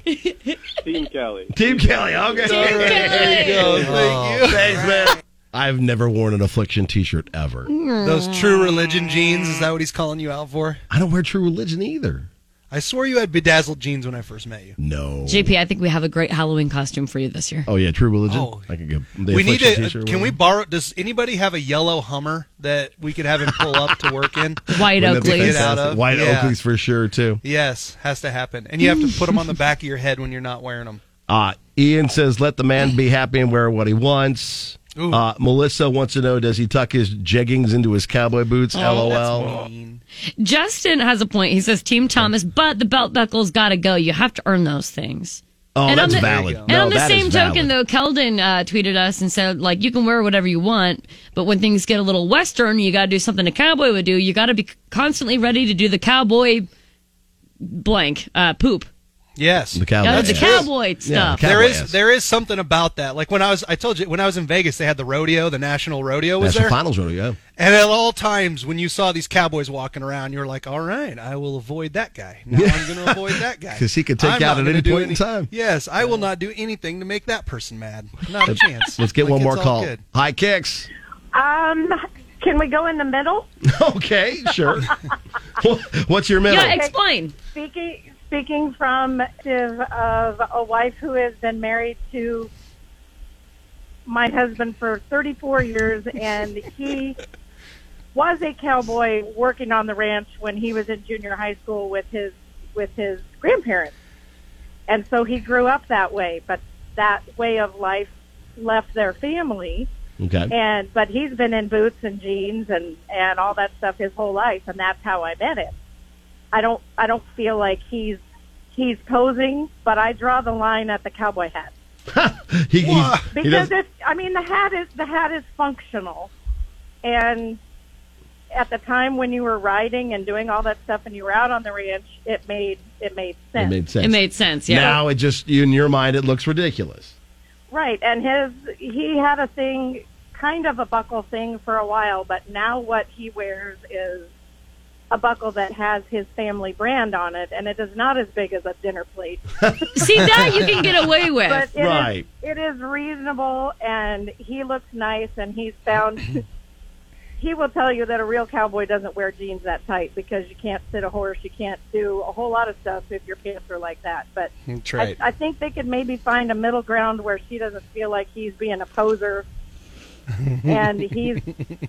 Speaker 21: Team Kelly.
Speaker 11: Team Kelly. Okay.
Speaker 21: Team
Speaker 11: All right, There you go.
Speaker 21: Kelly.
Speaker 11: Thank you. Thanks, man. I've never worn an affliction T-shirt ever.
Speaker 8: Those true religion jeans, is that what he's calling you out for?
Speaker 11: I don't wear true religion either.
Speaker 8: I swore you had bedazzled jeans when I first met you.
Speaker 11: No.
Speaker 10: JP, I think we have a great Halloween costume for you this year.
Speaker 11: Oh yeah, true religion.
Speaker 8: Oh.
Speaker 11: I could get the
Speaker 8: We need
Speaker 11: affliction
Speaker 8: to. uh,
Speaker 11: T-shirt or
Speaker 8: Can we
Speaker 11: whatever.
Speaker 8: borrow? Does anybody have a yellow Hummer that we could have him pull up to work
Speaker 11: [laughs]
Speaker 8: in?
Speaker 10: White
Speaker 11: Wouldn't that be
Speaker 8: Oakley's. Get out
Speaker 11: fantastic?
Speaker 8: of-
Speaker 11: White
Speaker 8: yeah.
Speaker 11: Oakley's for sure too.
Speaker 8: Yes, has to happen. And you have to put them on the back of your head when you're not wearing them.
Speaker 11: Uh, Ian says, "Let the man be happy and wear what he wants."
Speaker 8: Ooh.
Speaker 11: Uh, Melissa wants to know, does he tuck his jeggings into his cowboy
Speaker 8: Oh,
Speaker 11: boots? LOL. Oh,
Speaker 10: Justin has a point. He says Team Thomas, but the belt buckles got to go. You have to earn those things.
Speaker 11: Oh,
Speaker 10: on
Speaker 11: that's
Speaker 10: the-
Speaker 11: valid.
Speaker 10: And
Speaker 11: No,
Speaker 10: on the
Speaker 11: that is
Speaker 10: same token,
Speaker 11: valid.
Speaker 10: though, Keldon uh, tweeted us and said, like, you can wear whatever you want, but when things get a little Western, you got to do something a cowboy would do. You got to be constantly ready to do the cowboy blank uh, poop.
Speaker 8: Yes, the
Speaker 11: cowboy.
Speaker 10: Oh, the cowboy stuff.
Speaker 8: there
Speaker 10: cowboy
Speaker 8: is
Speaker 10: ass.
Speaker 8: there is something about that. Like when I was, I told you when I was in Vegas, they had the rodeo, the national rodeo was
Speaker 11: That's the
Speaker 8: there.
Speaker 11: finals
Speaker 8: [laughs]
Speaker 11: rodeo. yeah.
Speaker 8: And at all times, when you saw these cowboys walking around, you were like, "All right, I will avoid that guy. Now I'm
Speaker 11: [laughs]
Speaker 8: going to avoid that guy
Speaker 11: 'Cause he could take
Speaker 8: I'm
Speaker 11: you out
Speaker 8: not
Speaker 11: at
Speaker 8: gonna
Speaker 11: any
Speaker 8: do
Speaker 11: point in time.
Speaker 8: Yes, I will not do anything to make that person mad. Not a
Speaker 11: Let's-
Speaker 8: chance.
Speaker 11: Let's get
Speaker 8: Like,
Speaker 11: one more
Speaker 8: it's all
Speaker 11: call.
Speaker 8: good.
Speaker 11: Hi, kicks.
Speaker 6: Um, can we go in the middle?
Speaker 11: [laughs] okay,
Speaker 6: [laughs]
Speaker 11: sure. What's your middle?
Speaker 10: explain.
Speaker 6: Speaking speaking from of a wife who has been married to my husband for 34 years, and he was a cowboy working on the ranch when he was in junior high school with his with his grandparents, and so he grew up that way. But that way of life left their family.
Speaker 11: Okay.
Speaker 6: And but he's been in boots and jeans and and all that stuff his whole life, and that's how I met him. I don't I don't feel like he's he's posing, but I draw the line at the cowboy hat
Speaker 11: [laughs] He, he's, he
Speaker 6: because
Speaker 11: doesn't-
Speaker 6: it's I mean the hat is the hat is functional, and at the time when you were riding and doing all that stuff and you were out on the ranch, it made it made sense.
Speaker 11: it made sense.
Speaker 10: It made sense, yeah.
Speaker 11: Now it just in your mind it looks ridiculous.
Speaker 6: Right, and his he had a thing, kind of a buckle thing for a while, but now what he wears is a buckle that has his family brand on it, and it is not as big as a dinner plate.
Speaker 10: See, that you can
Speaker 11: [laughs]
Speaker 10: get away with.
Speaker 6: But it is-
Speaker 10: Right.
Speaker 6: it is reasonable, and he looks nice, and he's
Speaker 11: [laughs]
Speaker 6: found. he will tell you that a real cowboy doesn't wear jeans that tight because you can't sit a horse, you can't do a whole lot of stuff if your pants are like that. But
Speaker 8: That's right.
Speaker 6: I, I think they could maybe find a middle ground where she doesn't feel like he's being a poser, and he's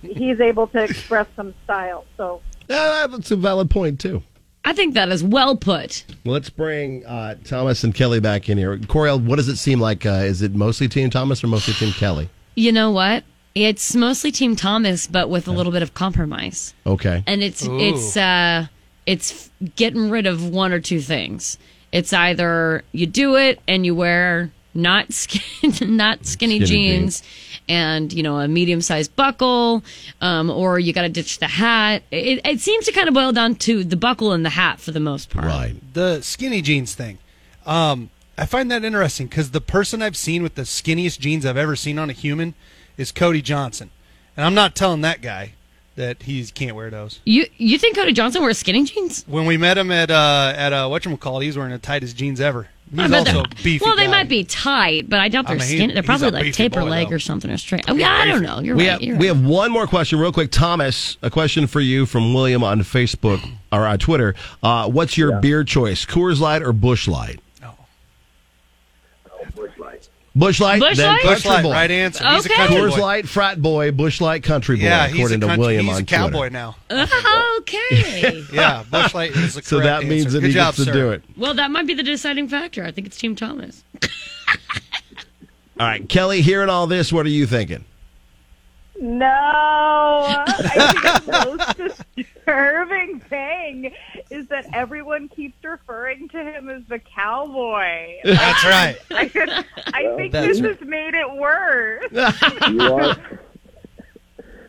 Speaker 6: he's able to express some style. So
Speaker 11: Yeah, Ah, that's a valid point too.
Speaker 10: I think that is well put.
Speaker 11: Let's bring uh, Thomas and Kelly back in here. Coriel, what does it seem like? Uh, is it mostly Team Thomas or mostly Team Kelly?
Speaker 10: You know what? It's mostly Team Thomas, but with a little bit of compromise.
Speaker 11: Okay.
Speaker 10: and it's
Speaker 11: Ooh.
Speaker 10: it's uh it's f- getting rid of one or two things it's either you do it and you wear not skin, [laughs] not skinny,
Speaker 7: Skinny
Speaker 10: jeans, and you know a medium sized buckle, um, or you got to ditch the hat. It, it seems to kind of boil down to the buckle and the hat for the most part.
Speaker 11: Right.
Speaker 8: The skinny jeans thing. Um, I find that interesting because the person I've seen with the skinniest jeans I've ever seen on a human is Cody Johnson. And I'm not telling that guy that he can't wear those.
Speaker 10: You you think Cody Johnson wears skinny jeans?
Speaker 8: When we met him at uh, at uh, whatchamacallit, he was wearing the tightest jeans ever. He
Speaker 10: I
Speaker 8: was
Speaker 10: bet
Speaker 8: also
Speaker 10: they're-
Speaker 8: a beefy.
Speaker 10: Well, they
Speaker 8: guy.
Speaker 10: might be tight, but I doubt
Speaker 8: I
Speaker 10: they're
Speaker 8: mean, he-
Speaker 10: skinny. They're
Speaker 8: he's
Speaker 10: probably
Speaker 8: a
Speaker 10: like
Speaker 8: beefy
Speaker 10: taper
Speaker 8: boy,
Speaker 10: leg
Speaker 8: though.
Speaker 10: or something or straight. I, mean, I don't know. You're
Speaker 11: we
Speaker 10: right.
Speaker 11: Have,
Speaker 10: You're
Speaker 11: we
Speaker 10: right.
Speaker 11: have one more question, real quick. Thomas, a question for you from William on Facebook [clears throat] or on Twitter. Uh, what's your beer choice, Coors Light or Bush Light?
Speaker 8: Oh.
Speaker 11: Bush Light,
Speaker 8: Bush
Speaker 11: then
Speaker 8: Light?
Speaker 11: Country
Speaker 8: Bush Light,
Speaker 11: Boy.
Speaker 8: right answer. He's a Okay. country
Speaker 11: Coors
Speaker 8: boy.
Speaker 11: Light, frat boy, Bush Light, country boy.
Speaker 8: Yeah, he's
Speaker 11: according
Speaker 8: a
Speaker 11: to
Speaker 8: country-
Speaker 11: William
Speaker 8: he's a
Speaker 11: on
Speaker 8: cowboy
Speaker 11: Twitter.
Speaker 8: now.
Speaker 10: Oh, [laughs] okay.
Speaker 8: Yeah, Bushlight is the
Speaker 11: [laughs] So
Speaker 8: correct
Speaker 11: that means
Speaker 8: answer.
Speaker 11: that
Speaker 8: Good
Speaker 11: he
Speaker 8: job,
Speaker 11: gets to
Speaker 8: sir.
Speaker 11: do it.
Speaker 10: Well, that might be the deciding factor. I think it's Team Thomas.
Speaker 11: All right, Kelly. Hearing all this, what are you thinking?
Speaker 6: No, I think the most disturbing thing is that everyone keeps referring to him as the cowboy.
Speaker 8: That's
Speaker 10: [laughs]
Speaker 8: right.
Speaker 10: Oh
Speaker 6: I, I think
Speaker 8: that's
Speaker 6: this has made it worse.
Speaker 23: You are-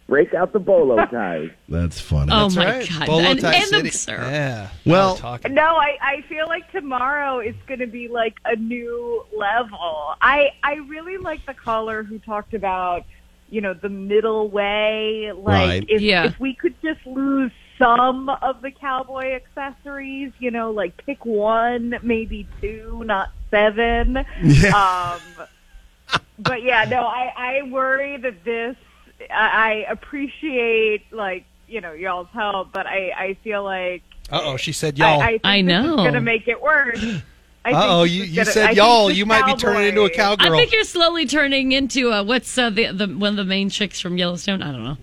Speaker 23: break out the bolo ties.
Speaker 11: That's funny.
Speaker 10: Oh, That's my right. God. Bolo And- tie and the- city. sir.
Speaker 8: Yeah.
Speaker 11: Well,
Speaker 6: No, I, I feel like tomorrow it's going to be like a new level. I I really like the caller who talked about you know the middle way. Like
Speaker 11: Right.
Speaker 6: if,
Speaker 11: Yeah.
Speaker 6: if we could just lose some of the cowboy accessories, you know, like pick one, maybe two, not
Speaker 11: [laughs]
Speaker 6: seven.
Speaker 11: Yeah.
Speaker 6: Um, but yeah, no, I I worry that this. I, I appreciate like you know y'all's help, but I I feel like
Speaker 8: Uh oh, she said y'all.
Speaker 6: I, I, think It's going to make it worse.
Speaker 10: [laughs]
Speaker 6: I think
Speaker 8: Uh oh,
Speaker 6: this
Speaker 8: you,
Speaker 6: is
Speaker 8: you
Speaker 6: gonna- I
Speaker 8: said
Speaker 6: think
Speaker 8: y'all.
Speaker 6: this
Speaker 8: You might be turning into a
Speaker 10: I
Speaker 8: cowgirl.
Speaker 10: think you're slowly turning into uh, what's uh, the, the one of the main chicks from Yellowstone. I don't know.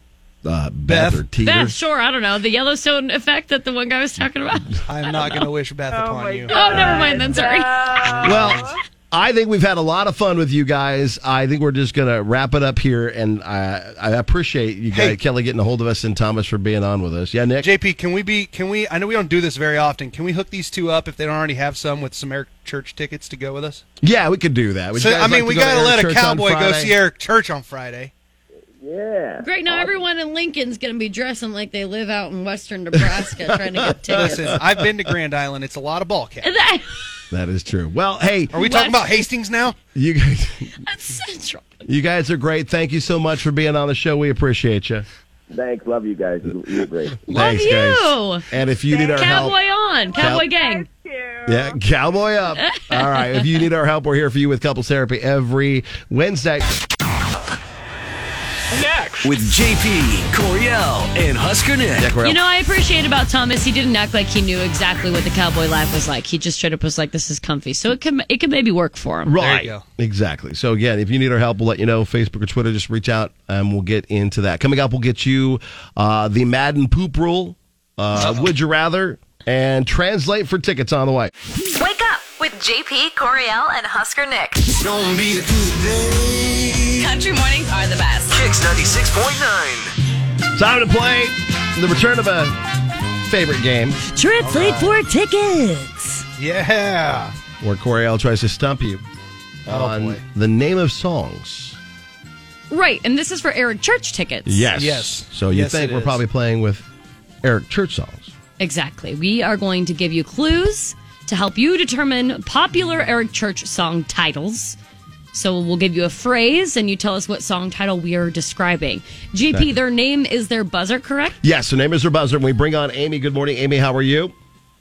Speaker 11: uh, Beth, or Teeter.
Speaker 10: Beth, sure. I don't know the Yellowstone effect that the one guy was talking about. [laughs]
Speaker 8: I'm not going to wish Beth upon you.
Speaker 10: Oh, never mind then. Sorry.
Speaker 6: Uh,
Speaker 11: Well, I think we've had a lot of fun with you guys. I think we're just going to wrap it up here, and I, I appreciate you guys, Kelly, getting a hold of us and Thomas for being on with us. Yeah, Nick.
Speaker 8: JP, can we be? Can we? I know we don't do this very often. Can we hook these two up if they don't already have some with some Eric Church tickets to go with us?
Speaker 11: Yeah, we could do that. Would
Speaker 8: So,
Speaker 11: you guys
Speaker 8: I mean,
Speaker 11: like to
Speaker 8: we
Speaker 11: go to
Speaker 8: gotta
Speaker 11: Eric
Speaker 8: let a
Speaker 11: Church on
Speaker 8: cowboy go
Speaker 11: Friday?
Speaker 8: see Eric Church on Friday.
Speaker 23: Yeah.
Speaker 10: Great. Now everyone in Lincoln's going to be dressing like they live out in Western
Speaker 11: [laughs]
Speaker 10: Nebraska trying to get tickets.
Speaker 8: Listen, I've been to Grand Island. It's a lot of ball cap.
Speaker 11: That is true. Well, hey,
Speaker 8: Are we talking about Hastings now?
Speaker 11: you guys?
Speaker 10: [laughs]
Speaker 11: [laughs]
Speaker 10: That's central.
Speaker 11: You guys are great. Thank you so much for being on the show. We appreciate you.
Speaker 23: Thanks. Love you guys. You- You're great.
Speaker 11: Love Thanks,
Speaker 10: you.
Speaker 11: guys. And if you need our
Speaker 10: Cowboy
Speaker 11: help,
Speaker 10: on, Cowboy
Speaker 11: Cow-
Speaker 10: gang.
Speaker 11: yeah,
Speaker 10: [laughs]
Speaker 11: cowboy up. All right. If you need our help, we're here for you with couples therapy every Wednesday.
Speaker 1: With JP, Coriel, and Husker Nick.
Speaker 10: You know, I appreciate about Thomas. He didn't act like he knew exactly what the cowboy life was like. He just straight up was like, "This is comfy," so it can it could maybe work for him.
Speaker 11: Right. Exactly. So again, if you need our help, we'll let you know. Facebook or Twitter, just reach out and we'll get into that. Coming up, we'll get you uh, the Madden poop rule. Uh, would you rather? And translate for tickets on the way.
Speaker 2: Wake up with JP, Coriel, and Husker Nick.
Speaker 1: Don't be
Speaker 2: Country mornings are the best.
Speaker 1: Kicks 96.9.
Speaker 11: Time to play the return of a favorite game.
Speaker 8: Translate
Speaker 11: for tickets.
Speaker 8: Yeah.
Speaker 11: Where Coriel tries to stump you
Speaker 8: Oh,
Speaker 11: on the name of songs.
Speaker 10: Right, and this is for Eric Church tickets.
Speaker 11: So you
Speaker 8: Yes,
Speaker 11: think
Speaker 8: it
Speaker 11: we're
Speaker 8: is.
Speaker 11: probably playing with Eric Church songs.
Speaker 10: Exactly. We are going to give you clues to help you determine popular Eric Church song titles. So we'll give you a phrase and you tell us what song title we are describing. JP,
Speaker 11: Okay.
Speaker 10: their name is their buzzer, correct?
Speaker 11: Yes, the name is her buzzer. And we bring on Amy. Good morning, Amy. How are you?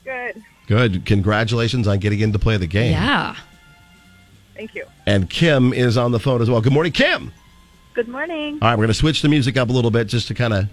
Speaker 6: Good.
Speaker 11: Good. Congratulations on getting in to play the game.
Speaker 10: Yeah.
Speaker 6: Thank you.
Speaker 11: And Kim is on the phone as well. Good morning, Kim.
Speaker 6: Good morning.
Speaker 11: All right, we're going to switch the music up a little bit just to kind of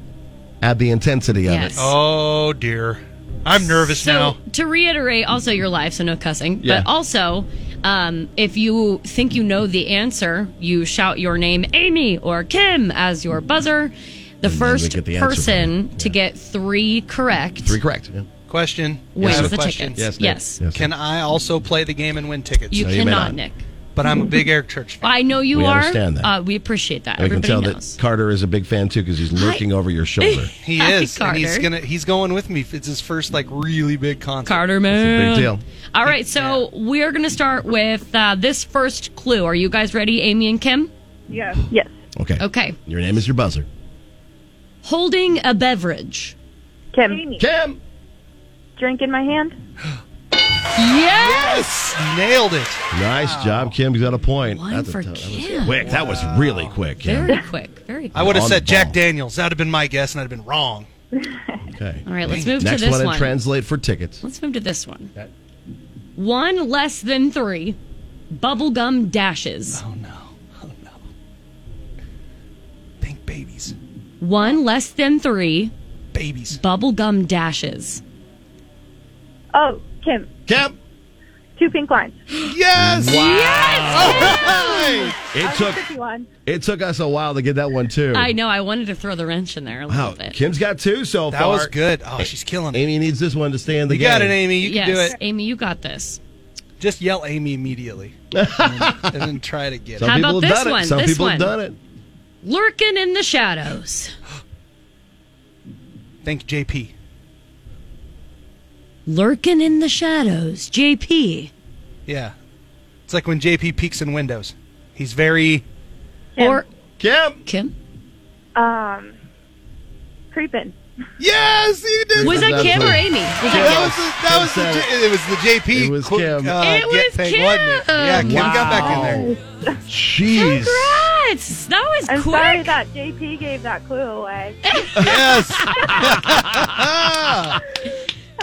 Speaker 11: add the intensity
Speaker 10: Yes.
Speaker 11: of it.
Speaker 8: Oh dear, I'm nervous now.
Speaker 10: To reiterate, also your life, so no cussing.
Speaker 8: Yeah.
Speaker 10: But also, um, if you think you know the answer, you shout your name, Amy or Kim, as your buzzer. The first
Speaker 11: get the answer
Speaker 10: person to get three correct.
Speaker 11: Three correct. Yeah.
Speaker 8: Question.
Speaker 10: Where's
Speaker 8: I have a
Speaker 10: the
Speaker 8: question.
Speaker 10: tickets? Yes, Nick. Yes. Yes, Nick.
Speaker 8: Can I also play the game and win tickets?
Speaker 10: You No, you may cannot, not. Nick.
Speaker 8: But but I'm a big Eric Church fan.
Speaker 10: I know you
Speaker 11: We
Speaker 10: are.
Speaker 11: understand that.
Speaker 10: Uh, we appreciate that.
Speaker 11: And we can
Speaker 10: Everybody
Speaker 11: tell
Speaker 10: knows.
Speaker 11: that Carter is a big fan too because he's lurking over your shoulder.
Speaker 8: He
Speaker 10: Happy
Speaker 8: is, and he's
Speaker 10: Carter.
Speaker 8: gonna he's going with me. It's his first like really big concert.
Speaker 10: Carter man, All right, so we're gonna start with uh, this first clue. Are you guys ready, Amy and Kim?
Speaker 6: Yes.
Speaker 10: Yes.
Speaker 11: Okay.
Speaker 10: Okay.
Speaker 11: Your name is your buzzer.
Speaker 10: Holding a beverage.
Speaker 6: Kim.
Speaker 11: Kim.
Speaker 6: Drink in my hand.
Speaker 10: Yes.
Speaker 8: Nailed it.
Speaker 11: Nice job, Kim. You got a point.
Speaker 8: One
Speaker 11: That's a
Speaker 8: for
Speaker 11: tough- that was
Speaker 8: Kim.
Speaker 11: quick. That was really quick. Kim.
Speaker 10: quick. Very
Speaker 8: I would have
Speaker 11: On
Speaker 8: said
Speaker 11: the
Speaker 8: Jack Daniels. That would have been my guess, and I'd have been wrong.
Speaker 11: Okay.
Speaker 10: All right, let's move
Speaker 11: Next
Speaker 10: to this
Speaker 11: one
Speaker 10: one.
Speaker 11: and translate for tickets.
Speaker 10: let's move to this one. One less than three. Bubblegum dashes. Oh no. Oh no.
Speaker 8: Pink babies.
Speaker 10: One less than three.
Speaker 8: Babies.
Speaker 10: Bubblegum dashes.
Speaker 6: Oh, Kim.
Speaker 11: Kim.
Speaker 6: Two pink lines.
Speaker 8: Yes.
Speaker 11: Wow.
Speaker 6: Yes.
Speaker 11: It took it took us a while to get that one too.
Speaker 10: I know. I wanted to throw the wrench in there a little
Speaker 11: Wow,
Speaker 10: bit.
Speaker 11: Kim's got two so
Speaker 8: That
Speaker 11: far.
Speaker 8: was good. Oh, she's killing
Speaker 11: it. Amy needs this one to stay in the
Speaker 8: You
Speaker 11: game.
Speaker 8: got it, Amy. You
Speaker 10: yes,
Speaker 8: can do it.
Speaker 10: Amy, you got this.
Speaker 8: Just yell Amy immediately, and, then- and then try to get.
Speaker 11: Some
Speaker 10: How
Speaker 11: people
Speaker 10: about
Speaker 11: have
Speaker 10: this
Speaker 11: done it.
Speaker 10: one?
Speaker 11: Some
Speaker 10: This
Speaker 11: people have
Speaker 10: one.
Speaker 11: done it.
Speaker 10: Lurking in the shadows.
Speaker 8: Thank you, JP.
Speaker 10: Lurking in the shadows. JP.
Speaker 8: Yeah, it's like when JP peeks in windows. He's very
Speaker 10: Or
Speaker 11: Kim.
Speaker 10: Kim.
Speaker 6: Um, creeping.
Speaker 8: Yes, you did.
Speaker 10: Was that Kim or Amy? Was
Speaker 8: That was
Speaker 10: that
Speaker 8: the, that was the J- it was the JP. It was Kim.
Speaker 10: It was Kim.
Speaker 8: Yeah, Kim got back in there.
Speaker 11: Jeez.
Speaker 10: Congrats. That was
Speaker 6: I'm
Speaker 10: quick.
Speaker 6: sorry that JP gave that clue away.
Speaker 8: yes.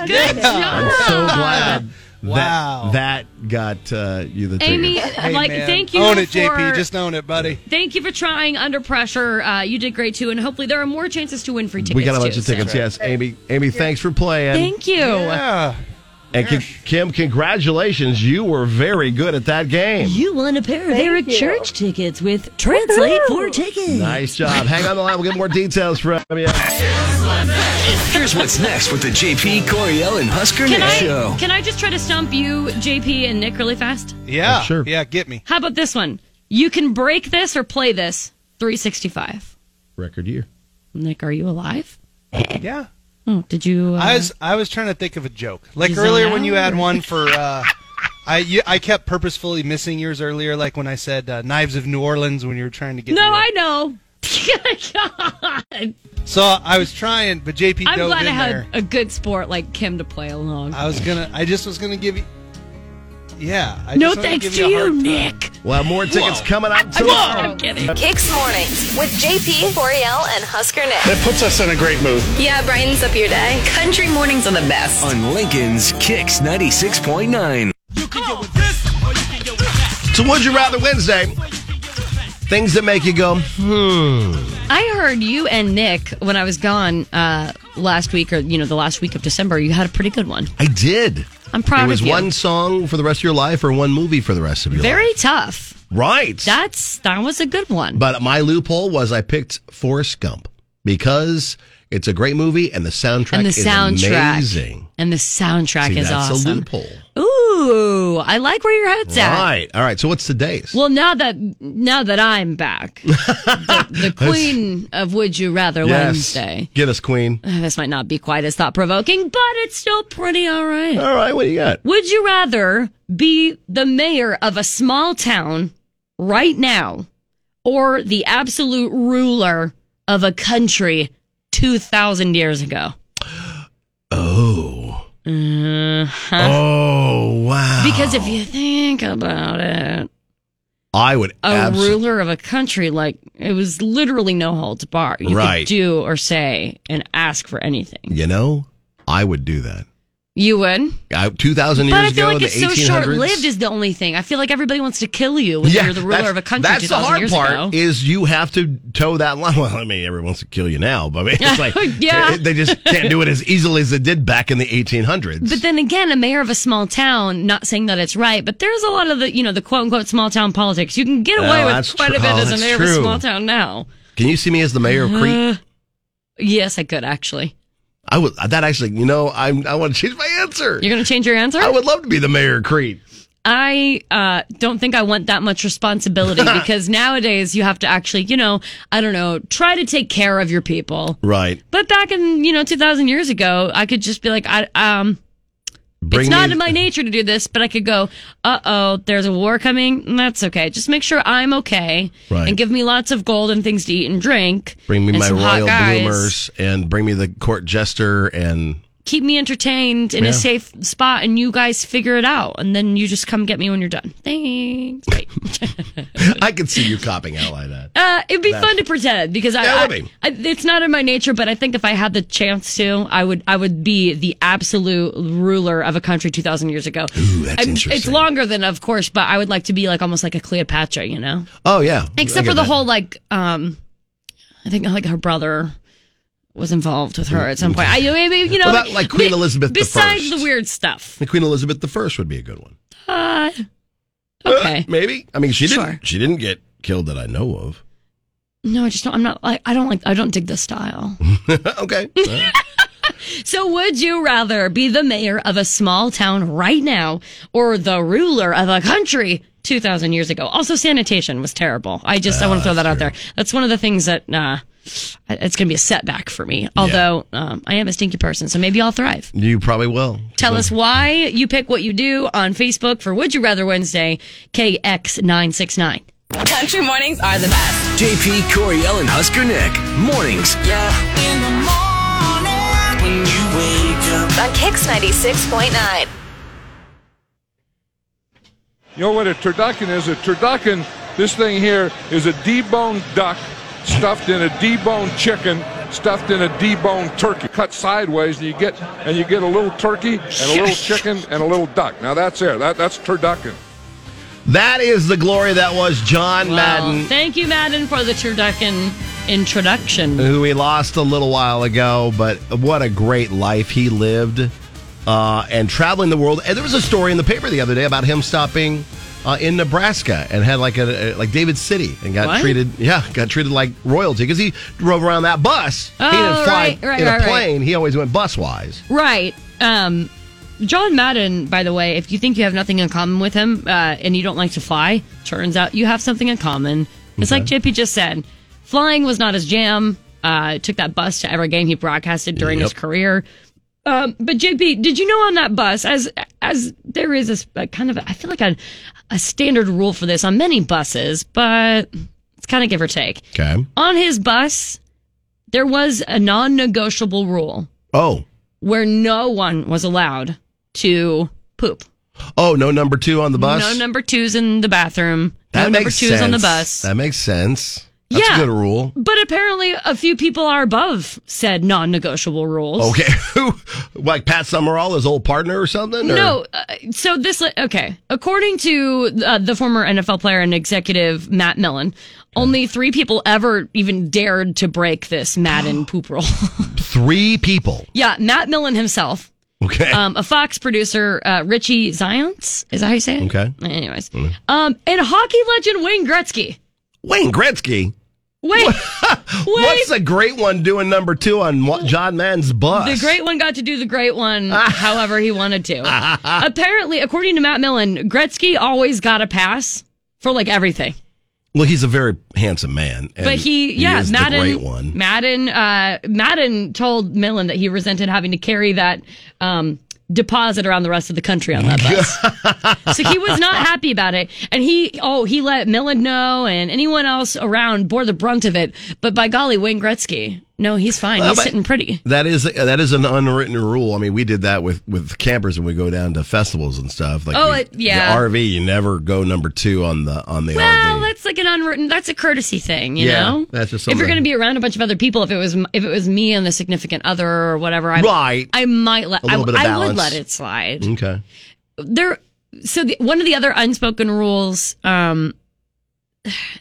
Speaker 10: Good
Speaker 11: I'm
Speaker 10: job.
Speaker 8: [laughs]
Speaker 11: so glad that
Speaker 8: Wow.
Speaker 11: that got uh, you the
Speaker 10: Amy,
Speaker 11: tickets.
Speaker 8: Hey,
Speaker 10: like,
Speaker 8: man.
Speaker 10: thank you
Speaker 8: Own it,
Speaker 10: for-
Speaker 8: JP. Just own it, buddy.
Speaker 10: Thank you for trying under pressure. Uh, you did great too, and hopefully there are more chances to win free tickets.
Speaker 11: we got a bunch
Speaker 10: too,
Speaker 11: of tickets.
Speaker 10: so.
Speaker 11: Yes, Amy. Amy, thanks for playing.
Speaker 10: Thank you.
Speaker 11: And Ki- Kim, congratulations. You were very good at that game.
Speaker 4: You won a pair of Eric Church tickets with Translate for Tickets.
Speaker 11: Nice job. Hang on the line. We'll get more details from you.
Speaker 1: Here's what's next with the JP Coriel and Husker
Speaker 10: Can
Speaker 1: Nick
Speaker 10: I
Speaker 1: show.
Speaker 10: can I just try to stump you, JP, and Nick really fast?
Speaker 8: Yeah, sure. Yeah, get me.
Speaker 10: How about this one? You can break this or play this. 365.
Speaker 11: Record year.
Speaker 10: Nick, are you alive?
Speaker 8: Yeah.
Speaker 10: Oh, did you? Uh,
Speaker 8: I was I was trying to think of a joke. Like
Speaker 10: Zone
Speaker 8: earlier when you
Speaker 10: out.
Speaker 8: had one for uh I you, I kept purposefully missing yours earlier like when I said uh, Knives of New Orleans when you were trying to get
Speaker 10: no,
Speaker 8: me.
Speaker 10: I know. [laughs] God.
Speaker 8: So I was trying but JP
Speaker 10: I'm
Speaker 8: dove
Speaker 10: glad
Speaker 8: in
Speaker 10: I had
Speaker 8: there.
Speaker 10: a good sport like Kim to play along.
Speaker 8: I was going to I just was going to give you Yeah, I
Speaker 10: No
Speaker 8: just wanted
Speaker 10: thanks
Speaker 8: give
Speaker 10: to
Speaker 8: you, a
Speaker 10: you,
Speaker 8: hard time.
Speaker 10: Nick.
Speaker 11: We'll have more tickets
Speaker 8: Whoa.
Speaker 11: coming up tomorrow.
Speaker 5: Kicks Mornings with JP, Coriel, and Husker Nick.
Speaker 1: puts us in a great mood.
Speaker 5: Yeah, brightens up your day. Country mornings are the best.
Speaker 1: On Lincoln's Kicks 96.9.
Speaker 11: So, Would You Rather Wednesday? Things that make you go, hmm.
Speaker 10: I heard you and Nick when I was gone uh, last week, or you know, the last week of December. You had a pretty good one.
Speaker 11: I did.
Speaker 10: I'm proud
Speaker 11: It was
Speaker 10: of you.
Speaker 11: one song for the rest of your life or one movie for the rest of your life.
Speaker 10: Very tough.
Speaker 11: Right.
Speaker 10: That's that was a good one.
Speaker 11: But my loophole was I picked Forrest Gump because it's a great movie and the soundtrack
Speaker 10: and the
Speaker 11: is
Speaker 10: soundtrack,
Speaker 11: amazing.
Speaker 10: and the soundtrack
Speaker 11: See,
Speaker 10: is
Speaker 11: that's a
Speaker 10: awesome.
Speaker 11: loophole.
Speaker 10: Ooh, I like where your head's at.
Speaker 11: Right. All right. So what's today's?
Speaker 10: Well, now that now that
Speaker 8: [laughs]
Speaker 10: I'm back, the, the queen of Would You Rather Wednesday.
Speaker 11: Get us, Queen.
Speaker 10: Uh, This might not be quite as thought provoking, but it's still pretty all right.
Speaker 11: All right. What do you got?
Speaker 10: Would you rather be the mayor of a small town right now or the absolute ruler of a country 2,000 years ago?
Speaker 11: Oh.
Speaker 10: Uh-huh.
Speaker 11: Oh, wow.
Speaker 10: Because if you think about it,
Speaker 11: I would
Speaker 10: a
Speaker 11: absolutely.
Speaker 10: ruler of a country, like it was literally no holds bar. You
Speaker 11: Right.
Speaker 10: could do or say and ask for anything.
Speaker 11: You know, I would do that.
Speaker 10: You would?
Speaker 11: I, 2,000
Speaker 10: But
Speaker 11: years
Speaker 10: I feel
Speaker 11: ago,
Speaker 10: like
Speaker 11: in
Speaker 10: it's
Speaker 11: the
Speaker 10: so
Speaker 11: 1800s.
Speaker 10: short lived is the only thing. I feel like everybody wants to kill you when you're the ruler
Speaker 11: that's-
Speaker 10: of a country.
Speaker 11: That's the
Speaker 10: 2,000
Speaker 11: hard
Speaker 10: years
Speaker 11: part
Speaker 10: Ago.
Speaker 11: is you have to toe that line. [laughs] Well, I mean, everyone wants to kill you now, but I mean,
Speaker 10: [laughs]
Speaker 11: it's like
Speaker 10: Yeah.
Speaker 11: they, they just can't do it as easily as they did back in the 1800s.
Speaker 10: But then again, a mayor of a small town, not saying that it's right, but there's a lot of the, you know, the quote unquote small town politics. You can get away
Speaker 11: Oh, that's
Speaker 10: with quite
Speaker 11: true.
Speaker 10: a bit
Speaker 11: Oh,
Speaker 10: as a
Speaker 11: that's
Speaker 10: mayor of
Speaker 11: true.
Speaker 10: a small town now.
Speaker 11: Can you see me as the mayor of Crete?
Speaker 10: Uh, yes, I could actually.
Speaker 11: I would. That actually, you know, I I want to change my answer.
Speaker 10: You're going to change your answer?
Speaker 11: I would love to be the mayor of Crete.
Speaker 10: I uh, don't think I want that much
Speaker 11: [laughs]
Speaker 10: responsibility because nowadays you have to actually, you know, I don't know, try to take care of your people.
Speaker 11: Right.
Speaker 10: But back in, you know, 2000 years ago, I could just be like, I, um,
Speaker 11: Bring
Speaker 10: it's not
Speaker 11: me-
Speaker 10: in my nature to do this, but I could go, uh oh, there's a war coming. Mm, That's okay. Just make sure I'm okay.
Speaker 11: Right.
Speaker 10: And give me lots of gold and things to eat and drink.
Speaker 11: Bring me
Speaker 10: and
Speaker 11: my
Speaker 10: some hot
Speaker 11: royal
Speaker 10: guys.
Speaker 11: bloomers and bring me the court jester and [laughs]
Speaker 10: Keep me entertained in
Speaker 11: Yeah.
Speaker 10: a safe spot, and you guys figure it out. And then you just come get me when you're done. Thanks.
Speaker 11: I could see you copying out like that.
Speaker 10: Uh, it'd be
Speaker 11: That's-
Speaker 10: fun to pretend because I,
Speaker 11: Yeah, it would
Speaker 10: I-
Speaker 11: be.
Speaker 10: I- it's not in my nature, but I think if I had the chance to, I would I would be the absolute ruler of a country two thousand years ago. Ooh,
Speaker 11: that's
Speaker 10: It's
Speaker 11: interesting.
Speaker 10: longer than, of course, but I would like to be like almost like a Cleopatra, you know.
Speaker 11: Oh yeah. I
Speaker 10: Except
Speaker 11: get
Speaker 10: for the
Speaker 11: that.
Speaker 10: whole like, um, I think like her brother was involved with her at some point. I, I mean, you know,
Speaker 11: Well, that- like Queen Elizabeth the
Speaker 10: Mm-hmm. Besides
Speaker 11: First.
Speaker 10: the weird stuff,
Speaker 11: The Queen Elizabeth I would be a good one.
Speaker 10: uh, okay.
Speaker 11: Maybe. I mean, she didn't.
Speaker 10: Sure.
Speaker 11: She didn't get killed that I know of. [laughs]
Speaker 10: No, I just don't. I'm not like I don't like I don't dig the style.
Speaker 11: okay. Uh,
Speaker 10: So, would you rather be the mayor of a small town right now or the ruler of a country 2,000 years ago? Also, sanitation was terrible. I just, I want to throw that out there. That's one of the things that, uh, it's going to be a setback for me. Although, um, I am a stinky person, so maybe I'll thrive.
Speaker 11: You probably will.
Speaker 10: Tell us why you pick what you do on Facebook for Would You Rather Wednesday, KX969.
Speaker 3: Country mornings are the best.
Speaker 1: JP, Coriel, and Husker Nick. Mornings.
Speaker 3: Yeah. In the morning when you wake up.
Speaker 5: On Kix 96.9.
Speaker 9: You know what a turducken is? A turducken, this thing here, is a deboned duck stuffed in a deboned chicken stuffed in a deboned turkey cut sideways and you get and you get a little turkey and a little chicken and a little duck now that's it that, that's turducken
Speaker 11: That is the glory that was John
Speaker 10: Well,
Speaker 11: Madden,
Speaker 10: thank you, Madden, for the turducken introduction.
Speaker 11: who we lost a little while ago, Oh, but what a great life he lived uh, and traveling the world. And there was a story in the paper the other day about him stopping uh, in Nebraska and had like a, a- like David City and got
Speaker 10: What?
Speaker 11: treated yeah got treated like royalty because he drove around that bus.
Speaker 10: Oh,
Speaker 11: he didn't fly
Speaker 10: right, right,
Speaker 11: in
Speaker 10: right,
Speaker 11: a
Speaker 10: right.
Speaker 11: plane. He always went bus wise.
Speaker 10: Right. Um, John Madden, by the way, if you think you have nothing in common with him uh, and you don't like to fly, turns out you have something in common. It's like JP just said flying was not his jam. Uh, took that bus to every game he broadcasted during his
Speaker 24: Yep.
Speaker 10: career. Um, but JP, did you know on that bus, as as there is a s- a, kind of, I feel like a, a standard rule for this on many buses, but it's kind of give or take.
Speaker 11: Okay.
Speaker 10: On his bus, there was a non negotiable rule
Speaker 11: Oh
Speaker 10: where no one was allowed to poop.
Speaker 11: oh no number two on the bus.
Speaker 10: No number twos in the bathroom.
Speaker 11: that
Speaker 10: no
Speaker 11: makes
Speaker 10: number twos
Speaker 11: sense.
Speaker 10: on the bus.
Speaker 11: That makes sense. That's
Speaker 10: Yeah.
Speaker 11: a good rule.
Speaker 10: But apparently, a few people are above said non negotiable rules.
Speaker 11: Okay, [laughs] who like Pat Summerall, his old partner or something? Or?
Speaker 10: No, uh, so this okay. According to uh, the former NFL player and executive Matt Millen, only three people ever even dared to break this
Speaker 11: [gasps]
Speaker 10: Madden poop rule. [laughs]
Speaker 11: three people.
Speaker 10: yeah, Matt Millen himself,
Speaker 11: Okay,
Speaker 10: um, a Fox producer, uh, Richie Zions, is that how you say it?
Speaker 11: okay.
Speaker 10: Anyways, Um, and hockey legend Wayne Gretzky.
Speaker 11: Wayne Gretzky. [laughs]
Speaker 10: Wait,
Speaker 11: What's the great one doing number two on what, John Madden's bus?
Speaker 10: the great one got to do the great one however he wanted to. Apparently, according to Matt Millen, Gretzky always got a pass for like everything.
Speaker 11: well, he's a very handsome man, and
Speaker 10: but he, yeah,
Speaker 11: is
Speaker 10: Madden,
Speaker 11: the great one.
Speaker 10: Madden, uh, Madden told Millen that he resented having to carry that um, deposit around the rest of the country on that bus.
Speaker 11: [laughs]
Speaker 10: so he was not happy about it, and he, oh, he let Millen know and anyone else around bore the brunt of it. But by golly, Wayne Gretzky, no, he's fine.
Speaker 11: Well,
Speaker 10: he's
Speaker 11: but-
Speaker 10: sitting pretty.
Speaker 11: That is that is an unwritten rule. I mean, we did that with with campers when we go down to festivals and stuff. Like
Speaker 10: Oh,
Speaker 11: the-
Speaker 10: it- yeah.
Speaker 11: the RV, you never go number two on the on the RV.
Speaker 10: Well, that's like an unwritten. That's a courtesy thing, you
Speaker 11: yeah,
Speaker 10: know.
Speaker 11: that's
Speaker 10: if
Speaker 11: just something.
Speaker 10: you're going to be around a bunch of other people, if it was if it was me and the significant other or whatever, I
Speaker 11: Right.
Speaker 10: I might let
Speaker 11: A little
Speaker 10: I,
Speaker 11: bit of
Speaker 10: I would
Speaker 11: balance.
Speaker 10: let it slide.
Speaker 11: okay.
Speaker 10: There, so the, one of the other unspoken rules. Um,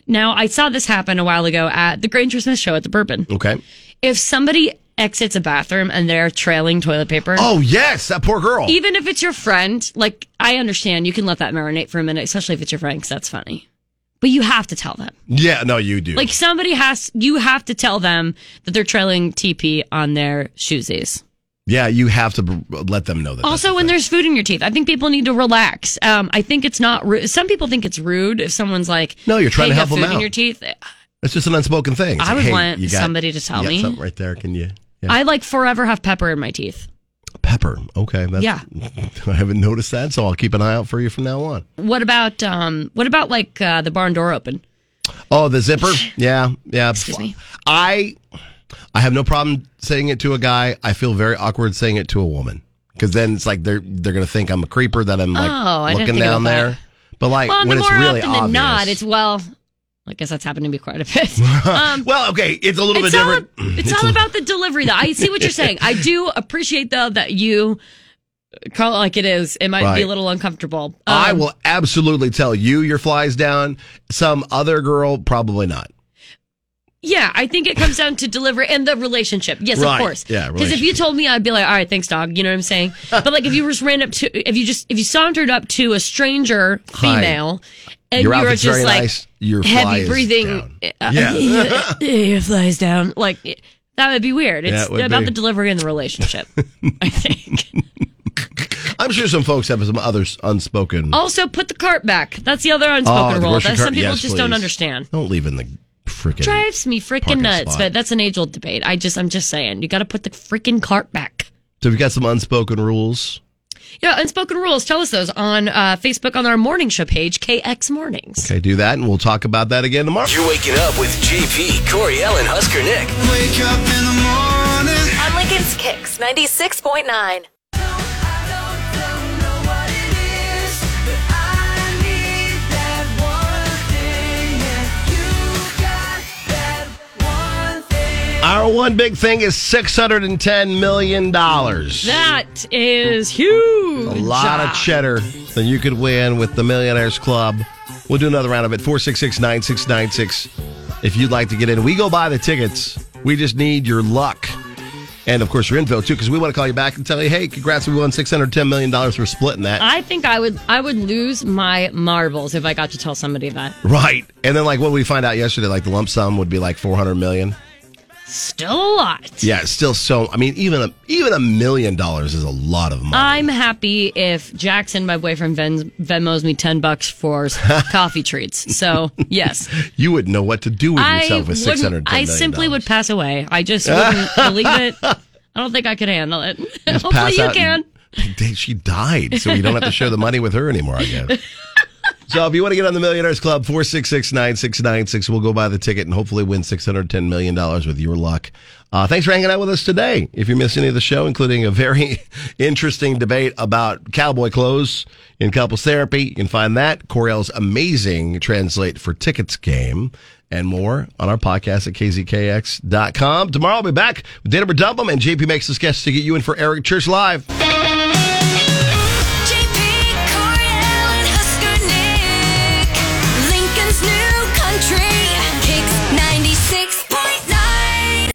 Speaker 10: now I saw this happen a while ago at the Granger Smith show at the Bourbon.
Speaker 11: Okay.
Speaker 10: If somebody exits a bathroom and they're trailing toilet paper,
Speaker 11: Oh yes, that poor girl.
Speaker 10: even if it's your friend, like I understand, you can let that marinate for a minute, especially if it's your friend, because that's funny. But you have to tell them.
Speaker 11: yeah, no, you do.
Speaker 10: Like somebody has, you have to tell them that they're trailing TP on their shoesies.
Speaker 11: Yeah, you have to b- let them know that.
Speaker 10: Also, when there's food in your teeth, I think people need to relax. Um, I think it's not rude. Some people think it's rude if someone's like,
Speaker 11: No, you're
Speaker 10: "Hey,
Speaker 11: trying to
Speaker 10: you
Speaker 11: help
Speaker 10: have
Speaker 11: them
Speaker 10: food in
Speaker 11: out."
Speaker 10: your teeth.
Speaker 11: It's just an unspoken thing. It's
Speaker 10: I would
Speaker 11: hey,
Speaker 10: want
Speaker 11: you got-
Speaker 10: somebody to tell
Speaker 11: you got
Speaker 10: me.
Speaker 11: something right there. Can you? Yeah.
Speaker 10: I like forever have pepper in my teeth.
Speaker 11: Pepper. Okay. That's,
Speaker 10: Yeah.
Speaker 11: [laughs] I haven't noticed that, so I'll keep an eye out for you from now on.
Speaker 10: What about um? What about like uh, the barn door open?
Speaker 11: Oh, the zipper. Yeah, yeah. Excuse me. I I have no problem saying it to a guy. I feel very awkward saying it to a woman because then it's like they're they're gonna think I'm a creeper that I'm like
Speaker 10: Oh, I didn't
Speaker 11: looking
Speaker 10: think
Speaker 11: down
Speaker 10: about
Speaker 11: there.
Speaker 10: that.
Speaker 11: But like
Speaker 10: well, and
Speaker 11: when
Speaker 10: the
Speaker 11: it's
Speaker 10: more
Speaker 11: really
Speaker 10: often
Speaker 11: obvious.
Speaker 10: than not, it's well. I guess that's happened to me quite a
Speaker 11: [laughs]
Speaker 10: bit.
Speaker 11: well, okay, it's a little bit
Speaker 10: it's all
Speaker 11: different.
Speaker 10: ab- it's,
Speaker 11: It's
Speaker 10: all
Speaker 11: a-
Speaker 10: about the delivery, though. I see what you're saying. I do appreciate though that you call it like it is. It might be
Speaker 11: Right.
Speaker 10: a little uncomfortable.
Speaker 11: I
Speaker 10: Um,
Speaker 11: will absolutely tell you your flies down. Some other girl probably not.
Speaker 10: Yeah, I think it comes down to delivery and the relationship. Yes,
Speaker 11: Right.
Speaker 10: of course.
Speaker 11: Yeah,
Speaker 10: Because if you told me, I'd be like, all right, thanks, dog. You know what I'm
Speaker 11: [laughs]
Speaker 10: saying? But like, if you just ran up to, if you just, if you sauntered up to a stranger
Speaker 11: Hi.
Speaker 10: female, and
Speaker 11: Your
Speaker 10: you were
Speaker 11: outfit's
Speaker 10: just
Speaker 11: very
Speaker 10: like
Speaker 11: nice. Your fly
Speaker 10: heavy
Speaker 11: is
Speaker 10: breathing, uh,
Speaker 11: [laughs] Yeah.
Speaker 10: [laughs] your flies down. Like that would be weird.
Speaker 11: Yeah,
Speaker 10: It's
Speaker 11: it would
Speaker 10: about
Speaker 11: be.
Speaker 10: the delivery and the
Speaker 11: [laughs]
Speaker 10: relationship.
Speaker 11: I'm sure some folks have some other s- unspoken. Ah,
Speaker 10: also, put the cart back. That's the other unspoken
Speaker 11: Oh, the
Speaker 10: rule
Speaker 11: grocery
Speaker 10: that some
Speaker 11: cart?
Speaker 10: people
Speaker 11: Yes,
Speaker 10: just don't
Speaker 11: please.
Speaker 10: understand.
Speaker 11: Don't leave in the freaking.
Speaker 10: Drives me freaking
Speaker 11: Parking
Speaker 10: nuts,
Speaker 11: spot.
Speaker 10: but that's an age old debate. I just, I'm just saying, you got to put the freaking cart back.
Speaker 11: So we've got some unspoken rules.
Speaker 10: Yeah, unspoken rules. Tell us those on uh, Facebook on our morning show page, KX Mornings.
Speaker 11: Okay, do that, and we'll talk about that again tomorrow.
Speaker 1: You're waking up with JP, Coriel, and Husker Nick.
Speaker 16: Wake up in the morning.
Speaker 5: On Lincoln's Kicks 96.9.
Speaker 11: Our one big thing is six hundred and ten million dollars.
Speaker 10: That is huge.
Speaker 11: A lot of cheddar that you could win with the Millionaires Club. We'll do another round of it. 466-9696. If you'd like to get in, we go buy the tickets. We just need your luck. And of course, your info too, because we want to call you back and tell you, hey, congrats, we won $610 million. We're splitting that.
Speaker 10: I think I would I would lose my marbles if I got to tell somebody that.
Speaker 11: Right. And then, like, what we find out yesterday, like, the lump sum would be like 400 million.
Speaker 10: Still a lot.
Speaker 11: Yeah, it's still so. I mean, even a even a million dollars is a lot of money.
Speaker 10: I'm happy if Jackson, my boyfriend, Ven- Venmos me ten bucks for
Speaker 11: [laughs]
Speaker 10: s- coffee treats. So yes,
Speaker 11: You wouldn't know what to do with
Speaker 10: I
Speaker 11: yourself with six hundred.
Speaker 10: wouldn't- I simply would pass away. I just wouldn't believe
Speaker 11: [laughs]
Speaker 10: it. I don't think I could handle it. [laughs] Hopefully,
Speaker 11: pass
Speaker 10: you
Speaker 11: out
Speaker 10: can.
Speaker 11: and- [laughs] She died, so you don't have to share the money with her anymore. I guess. So if you want to get on the Millionaires Club, 466 we'll go buy the ticket and hopefully win $610 million with your luck. Uh, thanks for hanging out with us today. If you missed any of the show, including a very [laughs] interesting debate about cowboy clothes in couples therapy, you can find that, Coriel's amazing Translate for Tickets game, and more on our podcast at kzkx.com. Tomorrow I'll be back with Dana Dump 'em and JP makes this guest to get you in for Eric Church Live.